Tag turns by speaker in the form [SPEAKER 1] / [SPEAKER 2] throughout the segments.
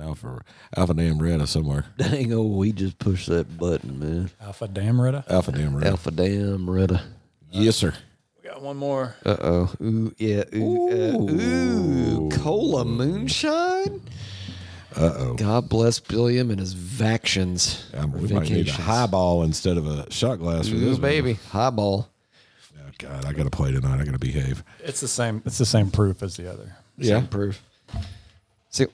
[SPEAKER 1] Alpha Alpha Damn Retta somewhere.
[SPEAKER 2] Dang, oh, we just pushed that button, man.
[SPEAKER 3] Alpha Damretta.
[SPEAKER 1] Alpha Damn Retta.
[SPEAKER 2] Alpha uh, damn Retta.
[SPEAKER 1] Yes, sir.
[SPEAKER 3] We got one more.
[SPEAKER 2] Uh oh. Ooh, yeah. Ooh, uh, ooh. Cola moonshine? Uh oh. God bless Billiam and his vactions.
[SPEAKER 1] Um,
[SPEAKER 2] or
[SPEAKER 1] we might need a
[SPEAKER 2] vacations.
[SPEAKER 1] highball instead of a shot glass for
[SPEAKER 2] Ooh,
[SPEAKER 1] this one.
[SPEAKER 2] baby. Highball.
[SPEAKER 1] Oh, God, I got to play tonight. I got to behave.
[SPEAKER 3] It's the same. It's the same proof as the other.
[SPEAKER 1] Yeah.
[SPEAKER 2] Same proof. See,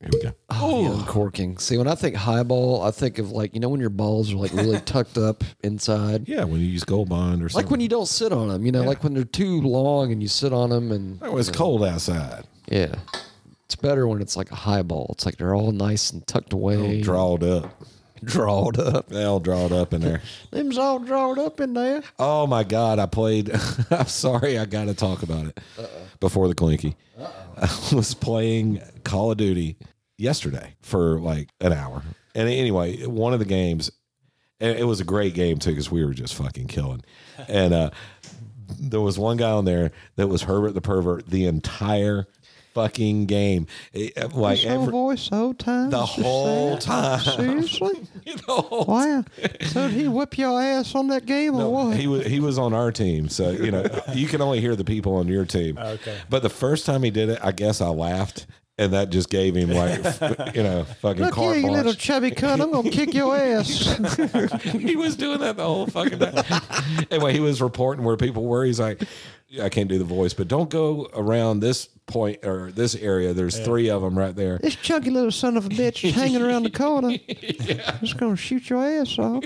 [SPEAKER 1] Here we go.
[SPEAKER 2] oh, yeah, corking. See, when I think highball, I think of like, you know, when your balls are like really tucked up inside.
[SPEAKER 1] Yeah, when you use Gold Bond or something.
[SPEAKER 2] Like when you don't sit on them, you know, like when they're too long and you sit on them and
[SPEAKER 1] Oh, it's cold outside.
[SPEAKER 2] yeah. It's better when it's like a highball. It's like they're all nice and tucked away.
[SPEAKER 1] Drawed up.
[SPEAKER 2] drawed up.
[SPEAKER 1] They all drawed up in there.
[SPEAKER 2] Them's all drawed up in there.
[SPEAKER 1] Oh my God! I played. I'm sorry, I got to talk about it before the clinky. I was playing Call of Duty yesterday for like an hour, and anyway, one of the games, and it was a great game too because we were just fucking killing. And uh, there was one guy on there that was Herbert the pervert the entire fucking game, It- uh, like every,
[SPEAKER 2] voice, old time.
[SPEAKER 1] the whole time.
[SPEAKER 2] Seriously?
[SPEAKER 1] You know?
[SPEAKER 2] Wow. So did he whip your ass on that game or what?
[SPEAKER 1] He was he was on our team, so you know you can only hear the people on your team.
[SPEAKER 2] Oh,
[SPEAKER 3] Okay.
[SPEAKER 1] But the first time he did it, I guess I laughed, and that just gave him like you know fucking
[SPEAKER 2] Look here,
[SPEAKER 1] carte
[SPEAKER 2] you little
[SPEAKER 1] blanche.
[SPEAKER 2] chubby cunt. I'm going to kick your ass.
[SPEAKER 1] he was doing that the whole fucking time. anyway, he was reporting where people were. He's like, "Yeah, I can't do the voice, but don't go around this point or this area. There's three of them right there.
[SPEAKER 2] this chunky little son of a bitch is hanging around the corner. Just going to shoot your ass off.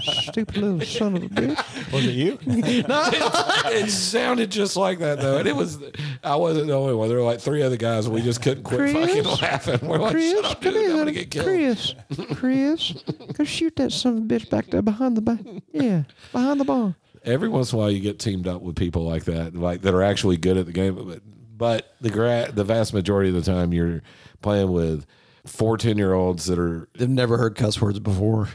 [SPEAKER 2] Stupid little son of a bitch.
[SPEAKER 3] Was it you?
[SPEAKER 1] it sounded just like that though, and it was. I wasn't the only one. There were like three other guys, and we just couldn't quit
[SPEAKER 2] Chris?
[SPEAKER 1] fucking laughing. We're like,
[SPEAKER 2] Chris,
[SPEAKER 1] "Shut up,
[SPEAKER 2] come
[SPEAKER 1] dude! I'm gonna
[SPEAKER 2] here.
[SPEAKER 1] get killed."
[SPEAKER 2] Chris, Chris, go shoot that son of a bitch back there behind the back. Yeah, behind the ball.
[SPEAKER 1] Every once in a while, you get teamed up with people like that, like that are actually good at the game. But, but the gra- the vast majority of the time, you're playing with four 10 year olds that are
[SPEAKER 2] They've never heard cuss words before.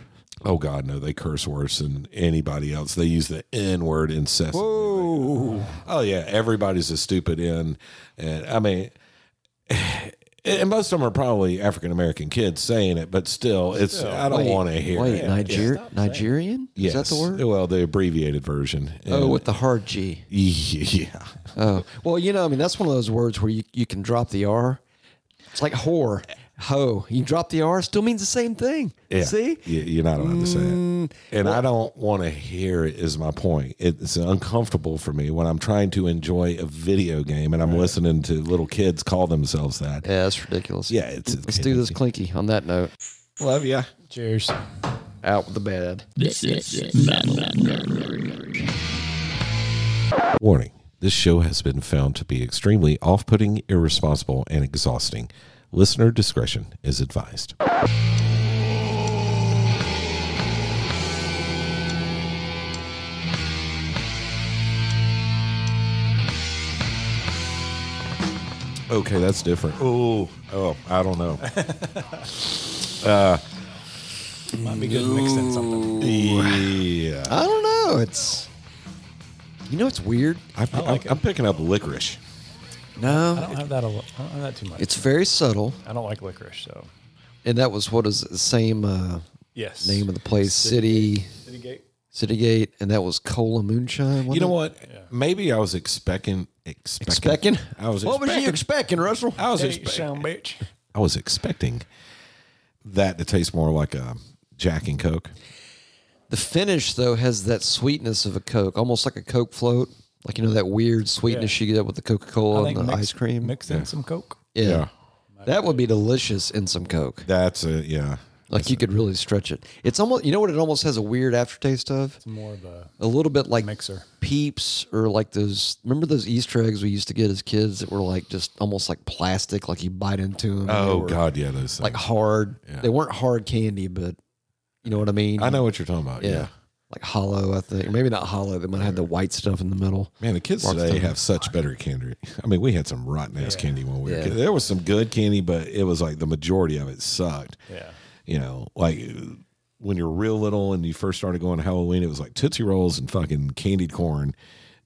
[SPEAKER 1] oh god no they curse worse than anybody else they use the n word incessantly oh yeah everybody's a stupid n and i mean and most of them are probably african american kids saying it but still it's i don't
[SPEAKER 2] Wait,
[SPEAKER 1] want to hear
[SPEAKER 2] Wait,
[SPEAKER 1] it
[SPEAKER 2] Niger- Nigerian?
[SPEAKER 1] yes.
[SPEAKER 2] Is that the word?
[SPEAKER 1] well the abbreviated version
[SPEAKER 2] Oh,
[SPEAKER 1] And-
[SPEAKER 2] with the hard G.
[SPEAKER 1] yeah
[SPEAKER 2] Oh, well, you know, I mean, that's one of those words where you, you can drop the R. It's like whore, ho. You drop the R, still means the same thing.
[SPEAKER 1] Yeah.
[SPEAKER 2] See? Mm,
[SPEAKER 1] You- you're not allowed to say it, and I don't want to hear it. Is my point? It's uncomfortable for me when I'm trying to enjoy a video game and I'm listening to little kids call themselves that.
[SPEAKER 2] Yeah, that's ridiculous.
[SPEAKER 1] Yeah, it's, it's
[SPEAKER 2] Let's do this clinky on that note.
[SPEAKER 1] Love ya.
[SPEAKER 3] Cheers.
[SPEAKER 2] Out with the bad.
[SPEAKER 4] This is Metal Nerd.
[SPEAKER 1] Warning: This show has been found to be extremely off-putting, irresponsible, and exhausting. Listener discretion is advised. Okay, that's different. Oh, oh, I don't know. Uh,
[SPEAKER 3] Might be good to mix in something.
[SPEAKER 1] yeah,
[SPEAKER 2] I don't know. It's, you know, it's weird.
[SPEAKER 1] I, I
[SPEAKER 3] like it.
[SPEAKER 1] I'm picking up licorice.
[SPEAKER 3] I
[SPEAKER 2] No,
[SPEAKER 3] don't have that. A lo- I don't have that too much.
[SPEAKER 2] it's very subtle.
[SPEAKER 3] I don't like licorice, so
[SPEAKER 2] And that was what is the same uh,
[SPEAKER 3] yes.
[SPEAKER 2] name of the place? City,
[SPEAKER 3] City Gate.
[SPEAKER 2] City Gate. And that was Cola Moonshine. wasn't
[SPEAKER 1] You know
[SPEAKER 2] it?
[SPEAKER 1] what? Maybe I was expecting expecting.
[SPEAKER 2] Expecting?
[SPEAKER 1] I was.
[SPEAKER 2] What was
[SPEAKER 1] expecting,
[SPEAKER 2] you expecting, Russell?
[SPEAKER 1] I was
[SPEAKER 3] Hey,
[SPEAKER 1] expecting.
[SPEAKER 3] sound bitch.
[SPEAKER 1] I was expecting that to taste more like a Jack and Coke.
[SPEAKER 2] The finish though has that sweetness of a Coke, almost like a Coke float. Like you know that weird sweetness you get with the Coca Cola and the
[SPEAKER 3] mix,
[SPEAKER 2] ice cream.
[SPEAKER 3] Mix in some Coke.
[SPEAKER 2] yeah.
[SPEAKER 1] Yeah.
[SPEAKER 2] That would be delicious in some Coke.
[SPEAKER 1] That's a yeah.
[SPEAKER 2] Like you could really stretch it. It's almost you know what it almost has a weird aftertaste of?
[SPEAKER 3] More of a
[SPEAKER 2] A little bit like
[SPEAKER 3] mixer.
[SPEAKER 2] peeps or like those remember those Easter eggs we used to get as kids that were like just almost like plastic, like you bite into them.
[SPEAKER 1] Oh God, yeah, those things.
[SPEAKER 2] Like hard. They weren't hard candy, but you know what I mean?
[SPEAKER 1] I know what you're talking about. Yeah.
[SPEAKER 2] Yeah. Like hollow, I think. Or maybe not hollow. They might have the white stuff in the middle.
[SPEAKER 1] Man, the kids today have such better candy. I mean, we had some rotten ass candy when we were
[SPEAKER 2] Yeah.
[SPEAKER 1] kids. There was some good candy, but it was like the majority of it sucked.
[SPEAKER 3] Yeah.
[SPEAKER 1] You know, like when you're real little and you first started going to Halloween, it was like Tootsie Rolls and fucking candied corn.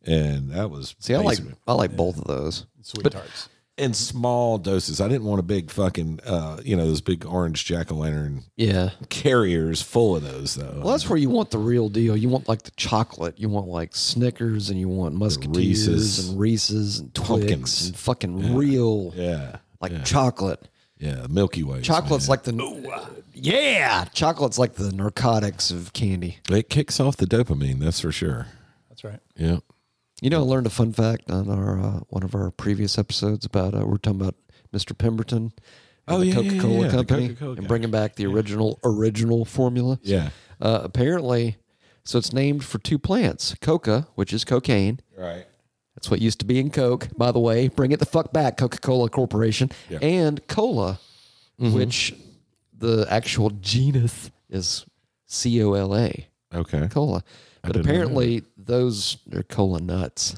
[SPEAKER 1] And that was
[SPEAKER 2] See, I like
[SPEAKER 1] basically-
[SPEAKER 2] I like both of those.
[SPEAKER 3] Sweet tarts.
[SPEAKER 1] in small doses. I didn't want a big fucking, uh, you know, those big orange jack o' lantern
[SPEAKER 2] Yeah.
[SPEAKER 1] carriers full of those though.
[SPEAKER 2] Well, that's where you want the real deal. You want like the chocolate. You want like Snickers and you want Musketeers
[SPEAKER 1] Reese's.
[SPEAKER 2] and Reese's and Twix
[SPEAKER 1] Pumpkins.
[SPEAKER 2] and fucking real
[SPEAKER 1] yeah,
[SPEAKER 2] like chocolate.
[SPEAKER 1] yeah, Milky Way.
[SPEAKER 2] Chocolate's like the yeah. Chocolate's like the narcotics of candy.
[SPEAKER 1] it kicks off the dopamine. That's for sure.
[SPEAKER 3] That's right.
[SPEAKER 1] Yeah.
[SPEAKER 2] You know, I learned a fun fact on our uh, one of our previous episodes about uh, we're talking about Mr. Pemberton. and
[SPEAKER 1] Oh,
[SPEAKER 2] the
[SPEAKER 1] yeah, yeah, yeah,
[SPEAKER 2] Coca-Cola
[SPEAKER 1] yeah, the
[SPEAKER 2] company
[SPEAKER 1] Coca-Cola guy.
[SPEAKER 2] and bringing back the original original formula.
[SPEAKER 1] Yeah.
[SPEAKER 2] Uh, apparently, so it's named for two plants: coca, which is cocaine,
[SPEAKER 1] Right.
[SPEAKER 2] That's what used to be in Coke, by the way. Bring it the fuck back, Coca Cola Corporation.
[SPEAKER 1] Yeah. Mm-hmm.
[SPEAKER 2] And cola, which the actual genus is C O L A,
[SPEAKER 1] Okay.
[SPEAKER 2] cola. But
[SPEAKER 1] didn't know
[SPEAKER 2] apparently, those are cola nuts.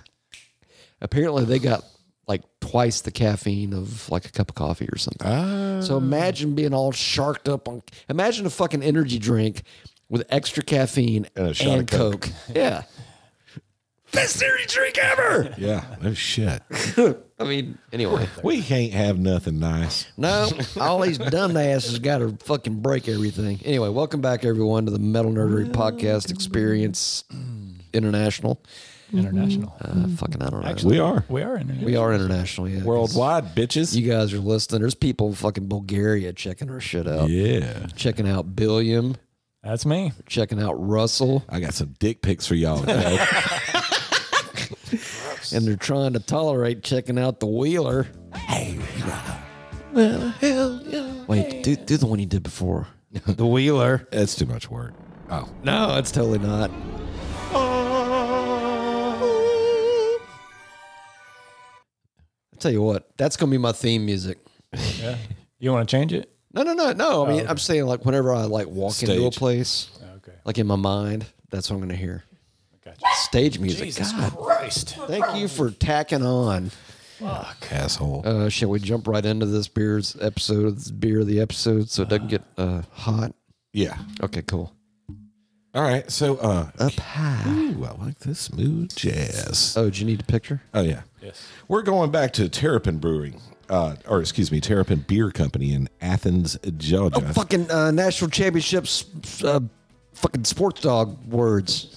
[SPEAKER 2] Apparently, they got like twice the caffeine of like a cup of coffee or something.
[SPEAKER 1] Ah.
[SPEAKER 2] So imagine being all sharked up on. Imagine a fucking energy drink with extra caffeine
[SPEAKER 1] And
[SPEAKER 2] and,
[SPEAKER 1] a shot of Coke.
[SPEAKER 2] Coke. Yeah. Best energy drink ever.
[SPEAKER 1] yeah. No shit.
[SPEAKER 2] I mean, anyway.
[SPEAKER 1] We can't have nothing nice.
[SPEAKER 2] No, all these dumbasses got to fucking break everything. Anyway, welcome back, everyone, to the Metal Nerdery Podcast Experience International.
[SPEAKER 3] International.
[SPEAKER 2] Uh, fucking, I don't know.
[SPEAKER 1] We are
[SPEAKER 3] we are international.
[SPEAKER 2] we are international, yeah. 'cause
[SPEAKER 1] worldwide, bitches.
[SPEAKER 2] You guys are listening. There's people in fucking Bulgaria checking our shit out,
[SPEAKER 1] yeah.
[SPEAKER 2] checking out Billiam,
[SPEAKER 3] That's me.
[SPEAKER 2] checking out Russell,
[SPEAKER 1] I got some dick pics for y'all. today.
[SPEAKER 2] and they're trying to tolerate checking out the Wheeler. Well, hell yeah. Wait, do, do the one he did before. the Wheeler.
[SPEAKER 1] That's too much work. Oh.
[SPEAKER 2] No, it's totally not. I tell you what, that's gonna be my theme music.
[SPEAKER 3] Yeah. You want to change it?
[SPEAKER 2] No, no, no, no. I
[SPEAKER 3] Oh,
[SPEAKER 2] mean, I'm saying like whenever I like walk into a
[SPEAKER 1] Stage.
[SPEAKER 2] place,
[SPEAKER 3] Okay.
[SPEAKER 2] like in my mind, that's what I'm gonna hear.
[SPEAKER 3] Gotcha.
[SPEAKER 2] Stage music. God,
[SPEAKER 3] Christ.
[SPEAKER 2] thank you for tacking on.
[SPEAKER 1] Asshole.
[SPEAKER 2] Uh, shall we jump right into this beer's episode, this beer of the episode, so it doesn't get uh, hot?
[SPEAKER 1] yeah.
[SPEAKER 2] Okay, cool.
[SPEAKER 1] All right. So, uh,
[SPEAKER 2] Up high.
[SPEAKER 1] ooh, I like this smooth jazz.
[SPEAKER 2] Oh, do you need a picture?
[SPEAKER 1] Oh, yeah.
[SPEAKER 3] Yes.
[SPEAKER 1] We're going back to Terrapin Brewing, uh, or excuse me, Terrapin Beer Company in Athens, Georgia.
[SPEAKER 3] Oh,
[SPEAKER 2] fucking uh, national championships, uh, fucking sports dog words.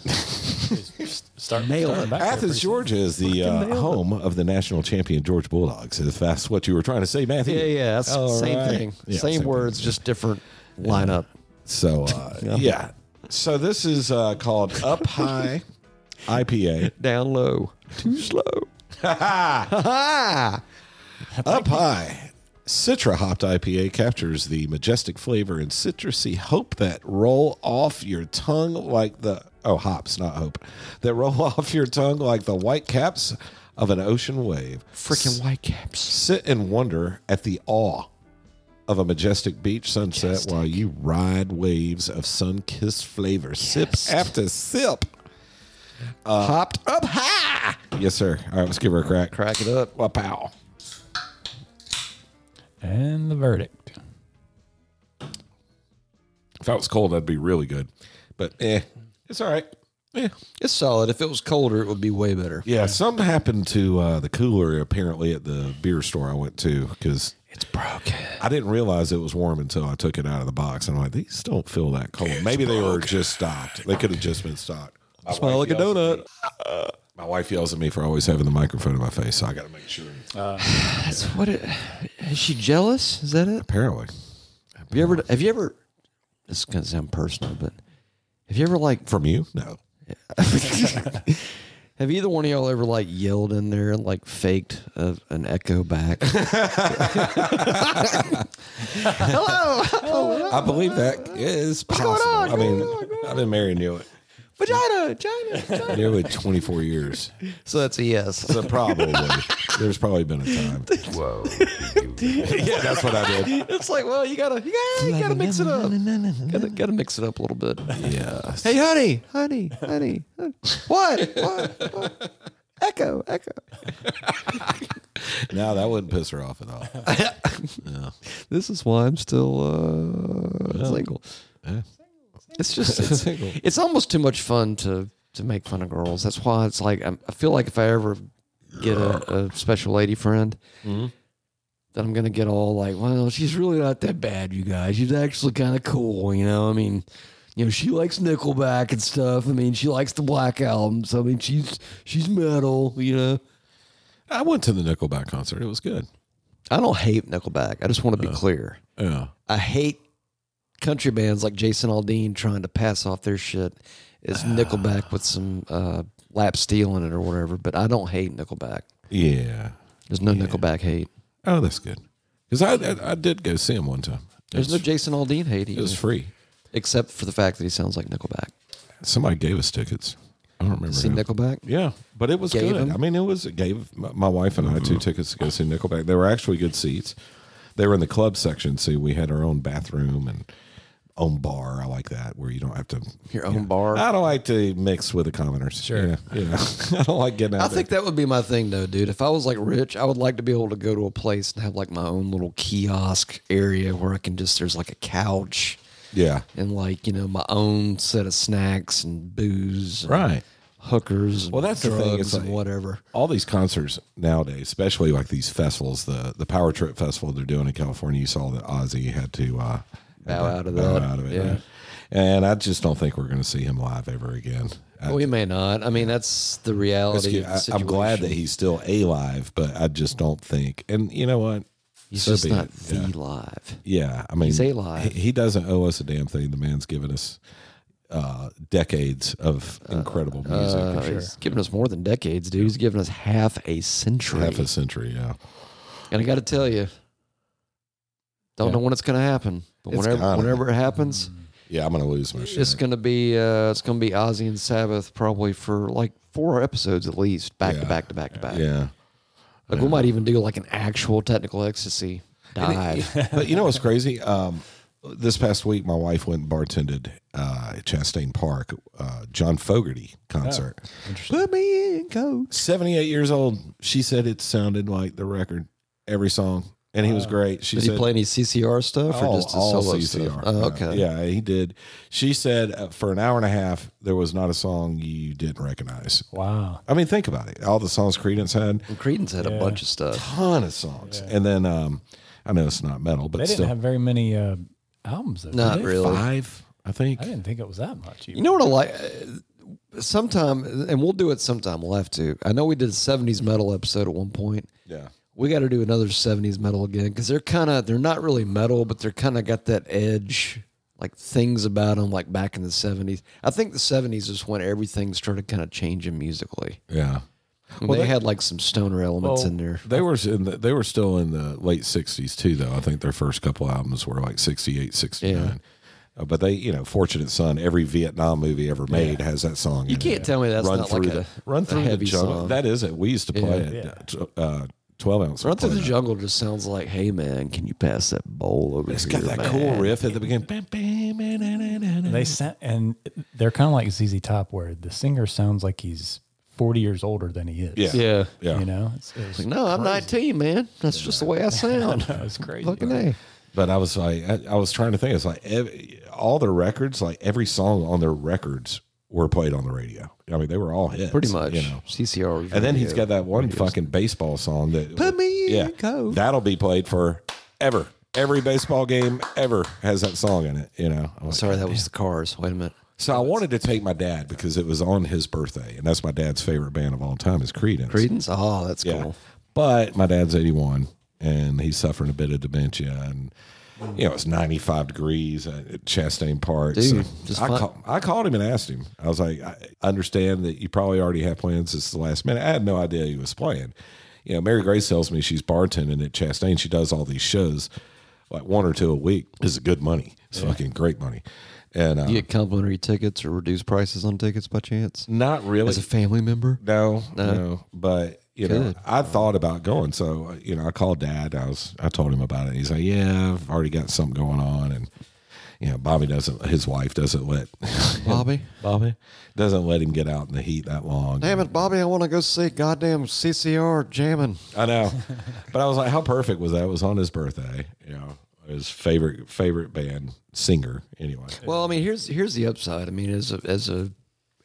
[SPEAKER 3] Start
[SPEAKER 2] Nailed
[SPEAKER 3] starting
[SPEAKER 2] it.
[SPEAKER 3] back there
[SPEAKER 1] Athens,
[SPEAKER 3] pretty soon.
[SPEAKER 1] Georgia is the uh, home of the national champion George Bulldogs, if that's what you were trying to say, Matthew.
[SPEAKER 2] Yeah, yeah, that's
[SPEAKER 1] All
[SPEAKER 2] same
[SPEAKER 1] right.
[SPEAKER 2] thing,
[SPEAKER 1] Yeah,
[SPEAKER 2] same,
[SPEAKER 1] thing.
[SPEAKER 2] words, just different lineup.
[SPEAKER 1] So, uh, yeah. So this is uh, called Up High IPA.
[SPEAKER 2] Down low, too slow.
[SPEAKER 1] Up High Citra Hopped IPA captures the majestic flavor and citrusy hope that roll off your tongue like the oh hops, not hope that roll off your tongue like the white caps of an ocean wave.
[SPEAKER 2] Freaking white caps.
[SPEAKER 1] Sit and wonder at the awe of a majestic beach sunset while you ride waves of sun kissed flavor, sip after sip. Uh,
[SPEAKER 2] Hopped up.
[SPEAKER 1] Yes, sir. All right, let's give her a crack.
[SPEAKER 2] Crack it up.
[SPEAKER 1] Wow, pow.
[SPEAKER 3] And the verdict.
[SPEAKER 1] If I was cold, that'd be really good. But eh, it's all right. Yeah.
[SPEAKER 2] It's solid. If it was colder, it would be way better.
[SPEAKER 1] Yeah, Uh, something happened to uh, the cooler apparently at the beer store I went to because
[SPEAKER 2] It's broken.
[SPEAKER 1] I didn't realize it was warm until I took it out of the box. I'm like, these don't feel that cold. Maybe they were just stopped. They could have just been stopped. My
[SPEAKER 2] Smell
[SPEAKER 1] wife
[SPEAKER 2] like a
[SPEAKER 1] yells at
[SPEAKER 2] donut.
[SPEAKER 1] me- My wife yells at me for always having the microphone in my face, so I got to make sure.
[SPEAKER 2] That's what. It, is she jealous? Is that it?
[SPEAKER 1] Apparently,
[SPEAKER 2] Have you ever? Have you ever? This is gonna sound personal, but have you ever like
[SPEAKER 1] from you, no.
[SPEAKER 2] Have either one of y'all ever like yelled in there and like faked a, an echo back? Hello,
[SPEAKER 1] I believe that is possible.
[SPEAKER 2] on?
[SPEAKER 1] I mean, I've been married to it
[SPEAKER 2] vagina, vagina.
[SPEAKER 1] nearly 24 years.
[SPEAKER 2] So that's a yes.
[SPEAKER 1] So probably there's probably been a time. Whoa. yeah, that's what I did.
[SPEAKER 2] It's like, well, you gotta, you gotta, you gotta mix it up. Gotta, gotta mix it up a little bit.
[SPEAKER 1] Yeah.
[SPEAKER 2] Hey, honey, honey, honey. hon- What? What? What? Echo, echo.
[SPEAKER 1] No, that wouldn't piss her off at all.
[SPEAKER 2] This is why I'm still uh, single. It's just it's, it's almost too much fun to to make fun of girls. um, That's why it's like I'm, I feel like if I ever get a, a special lady friend, that I'm gonna get all like, well, she's really not that bad, you guys. She's actually kind of cool, you know. I mean, you know, she likes Nickelback and stuff. I mean, she likes the Black Album. So I mean, she's she's metal, you know.
[SPEAKER 1] I went to the Nickelback concert. It was good.
[SPEAKER 2] I don't hate Nickelback. I just want to be clear.
[SPEAKER 1] Yeah.
[SPEAKER 2] I hate country bands like Jason Aldean trying to pass off their shit as
[SPEAKER 1] Ah.
[SPEAKER 2] Nickelback with some uh, lap steel in it or whatever. But I don't hate Nickelback.
[SPEAKER 1] Yeah.
[SPEAKER 2] There's no Nickelback hate.
[SPEAKER 1] Oh, that's good. Because I, I I did go see him one time. It
[SPEAKER 2] There's
[SPEAKER 1] was,
[SPEAKER 2] no Jason Aldean hate
[SPEAKER 1] it
[SPEAKER 2] either,
[SPEAKER 1] was free.
[SPEAKER 2] except for the fact that he sounds like Nickelback.
[SPEAKER 1] Somebody gave us tickets. I don't remember.
[SPEAKER 2] See
[SPEAKER 1] who.
[SPEAKER 2] Nickelback?
[SPEAKER 1] Yeah, but it was
[SPEAKER 2] Gave
[SPEAKER 1] good.
[SPEAKER 2] him?
[SPEAKER 1] I mean, it was it gave my, my wife and I two tickets to go see Nickelback. They were actually good seats. They were in the club section, so we had our own bathroom and own bar. I like that where you don't have to.
[SPEAKER 2] Your own bar.
[SPEAKER 1] I don't like to mix with the commoners.
[SPEAKER 3] Sure.
[SPEAKER 1] yeah, you know, I don't like getting out.
[SPEAKER 2] I think that would be my thing, though, dude. If I was like rich, I would like to be able to go to a place and have like my own little kiosk area where I can just there's like a couch
[SPEAKER 1] Yeah,
[SPEAKER 2] and like you know my own set of snacks and booze, and
[SPEAKER 1] right.
[SPEAKER 2] Hookers. And
[SPEAKER 1] Well, that's the
[SPEAKER 2] drugs
[SPEAKER 1] thing, it's
[SPEAKER 2] and
[SPEAKER 1] like-
[SPEAKER 2] whatever.
[SPEAKER 1] all these concerts nowadays, especially like these festivals, the the Power Trip Festival they're doing in California, you saw that Ozzy had to uh,
[SPEAKER 2] Bow out of
[SPEAKER 1] bow
[SPEAKER 2] that,
[SPEAKER 1] out of it.
[SPEAKER 2] yeah.
[SPEAKER 1] And I just don't think we're going to see him live ever again. I-
[SPEAKER 2] We may not. I mean, that's the reality. of the
[SPEAKER 1] I, am glad that
[SPEAKER 2] situation.
[SPEAKER 1] he's still alive, but I just don't think. And you know what?
[SPEAKER 2] he's
[SPEAKER 1] so
[SPEAKER 2] just
[SPEAKER 1] be
[SPEAKER 2] not
[SPEAKER 1] it,
[SPEAKER 2] the
[SPEAKER 1] yeah.
[SPEAKER 2] live.
[SPEAKER 1] Yeah, I mean,
[SPEAKER 2] He's alive.
[SPEAKER 1] He, he doesn't owe us a damn thing. The man's given us uh, decades of incredible music,
[SPEAKER 2] Uh, He's given us more than decades, dude. He's given us half a century.
[SPEAKER 1] half a century. Yeah,
[SPEAKER 2] And I got to tell you, don't
[SPEAKER 1] Yeah.
[SPEAKER 2] know when it's going to happen, but
[SPEAKER 1] It's
[SPEAKER 2] whenever
[SPEAKER 1] gotta. Mm-hmm.
[SPEAKER 2] whenever it happens,
[SPEAKER 1] yeah. I'm going to lose my shit.
[SPEAKER 2] it's going to be uh, it's going to be Ozzy and Sabbath probably for like four episodes at least, back to
[SPEAKER 1] Yeah.
[SPEAKER 2] back to back to back.
[SPEAKER 1] yeah.
[SPEAKER 2] Like we might even do like an actual technical ecstasy dive.
[SPEAKER 1] but you know what's crazy? Um, this past week, my wife went and bartended uh, at Chastain Park, uh, John Fogerty concert.
[SPEAKER 2] Oh.
[SPEAKER 1] Put me in, coach. 78 years old. She said it sounded like the record, every song. And he was great. She
[SPEAKER 2] Did
[SPEAKER 1] said,
[SPEAKER 2] he play any CCR stuff or just his solo stuff? Oh,
[SPEAKER 1] Yeah.
[SPEAKER 2] okay.
[SPEAKER 1] Yeah, he did. She said uh, for an hour and a half, there was not a song you didn't recognize.
[SPEAKER 3] Wow.
[SPEAKER 1] I mean, think about it. All the songs Credence had,
[SPEAKER 2] And Credence had a
[SPEAKER 3] Yeah.
[SPEAKER 2] bunch of stuff.
[SPEAKER 1] ton of songs. And then um, I know it's not metal, but
[SPEAKER 3] They didn't
[SPEAKER 1] still.
[SPEAKER 3] have very many uh, albums. Though, did
[SPEAKER 2] Not
[SPEAKER 3] they?
[SPEAKER 2] really.
[SPEAKER 1] five, I think.
[SPEAKER 3] I didn't think it was that much.
[SPEAKER 2] You know what I like? uh, Sometime, and we'll do it sometime. We'll have to. I know we did a 70s metal episode at one point.
[SPEAKER 1] Yeah.
[SPEAKER 2] we got to do another 70s metal again because they're kind of they're not really metal but they're kind of got that edge like things about them like back in the 70s i think the 70s is when everything started kind of changing musically
[SPEAKER 1] Yeah.
[SPEAKER 2] well, they had like some stoner elements in there
[SPEAKER 1] They were in the, they were still in the late 60s too though. I think their first couple albums were like 68, 69. Uh, but they, you know, Fortunate Son, every Vietnam movie ever made has that song.
[SPEAKER 2] you can't tell me that's
[SPEAKER 1] run
[SPEAKER 2] not
[SPEAKER 1] through
[SPEAKER 2] like
[SPEAKER 1] the,
[SPEAKER 2] a
[SPEAKER 1] run through
[SPEAKER 2] a heavy
[SPEAKER 1] the jungle.
[SPEAKER 2] song.
[SPEAKER 1] That is it. We used to play it.
[SPEAKER 3] Yeah.
[SPEAKER 1] uh, t- Uh, 12 ounce.
[SPEAKER 2] run through the jungle just sounds like hey man can you pass that bowl over
[SPEAKER 1] It's
[SPEAKER 2] here
[SPEAKER 1] got that
[SPEAKER 2] man?
[SPEAKER 1] cool riff at the beginning. Bam, bam, na, na, na, na, na.
[SPEAKER 3] They sent, and they're kind of like ZZ Top, where the singer sounds like he's 40 years older than he is.
[SPEAKER 1] Yeah.
[SPEAKER 2] yeah
[SPEAKER 1] yeah.
[SPEAKER 3] You know, it's, it was,
[SPEAKER 2] like no i'm 19 man that's just the way i sound
[SPEAKER 3] it's crazy.
[SPEAKER 2] fucking a
[SPEAKER 1] But I was like, I, I was trying to think. It's like ev all their records, like every song on their records were played on the radio. I mean, they were all hits,
[SPEAKER 2] pretty much
[SPEAKER 1] You know.
[SPEAKER 2] ccr was
[SPEAKER 1] And then he's
[SPEAKER 2] radio.
[SPEAKER 1] got that one fucking baseball song that
[SPEAKER 2] Put me in
[SPEAKER 1] yeah,
[SPEAKER 2] coach.
[SPEAKER 1] that'll be played for ever. Every baseball game ever has that song in it. You know. I'm like,
[SPEAKER 2] sorry that was the cars wait a minute
[SPEAKER 1] So I wanted to take my dad because it was on his birthday, and that's my dad's favorite band of all time is Creedence.
[SPEAKER 2] Credence? Oh, that's cool.
[SPEAKER 1] But my dad's 81 and he's suffering a bit of dementia. And, you know, it's 95 degrees at Chastain Park.
[SPEAKER 2] Dude,
[SPEAKER 1] so
[SPEAKER 2] just
[SPEAKER 1] I,
[SPEAKER 2] fi-
[SPEAKER 1] call, I called him and asked him. I was like, I understand that you probably already have plans. It's the last minute. I had no idea he was playing. You know, Mary Grace tells me she's bartending at Chastain. She does all these shows, like one or two a week. This is good money. It's fucking great money. And uh,
[SPEAKER 2] Do you get complimentary tickets or reduced prices on tickets by chance?
[SPEAKER 1] not really.
[SPEAKER 2] As a family member?
[SPEAKER 1] No, no, But you know,
[SPEAKER 2] Good.
[SPEAKER 1] I thought about going. So you know, I called Dad. I was, I told him about it. He's like, "Yeah, I've already got something going on." And you know, Bobby doesn't. His wife doesn't let
[SPEAKER 2] Bobby?
[SPEAKER 1] Bobby doesn't let him get out in the heat that long.
[SPEAKER 2] Damn it, Bobby, I want to go see goddamn CCR jamming.
[SPEAKER 1] I know. but I was like, how perfect was that? It was on his birthday. You know, his favorite favorite band singer. Anyway,
[SPEAKER 2] Well, I mean, here's here's the upside. I mean, as a as a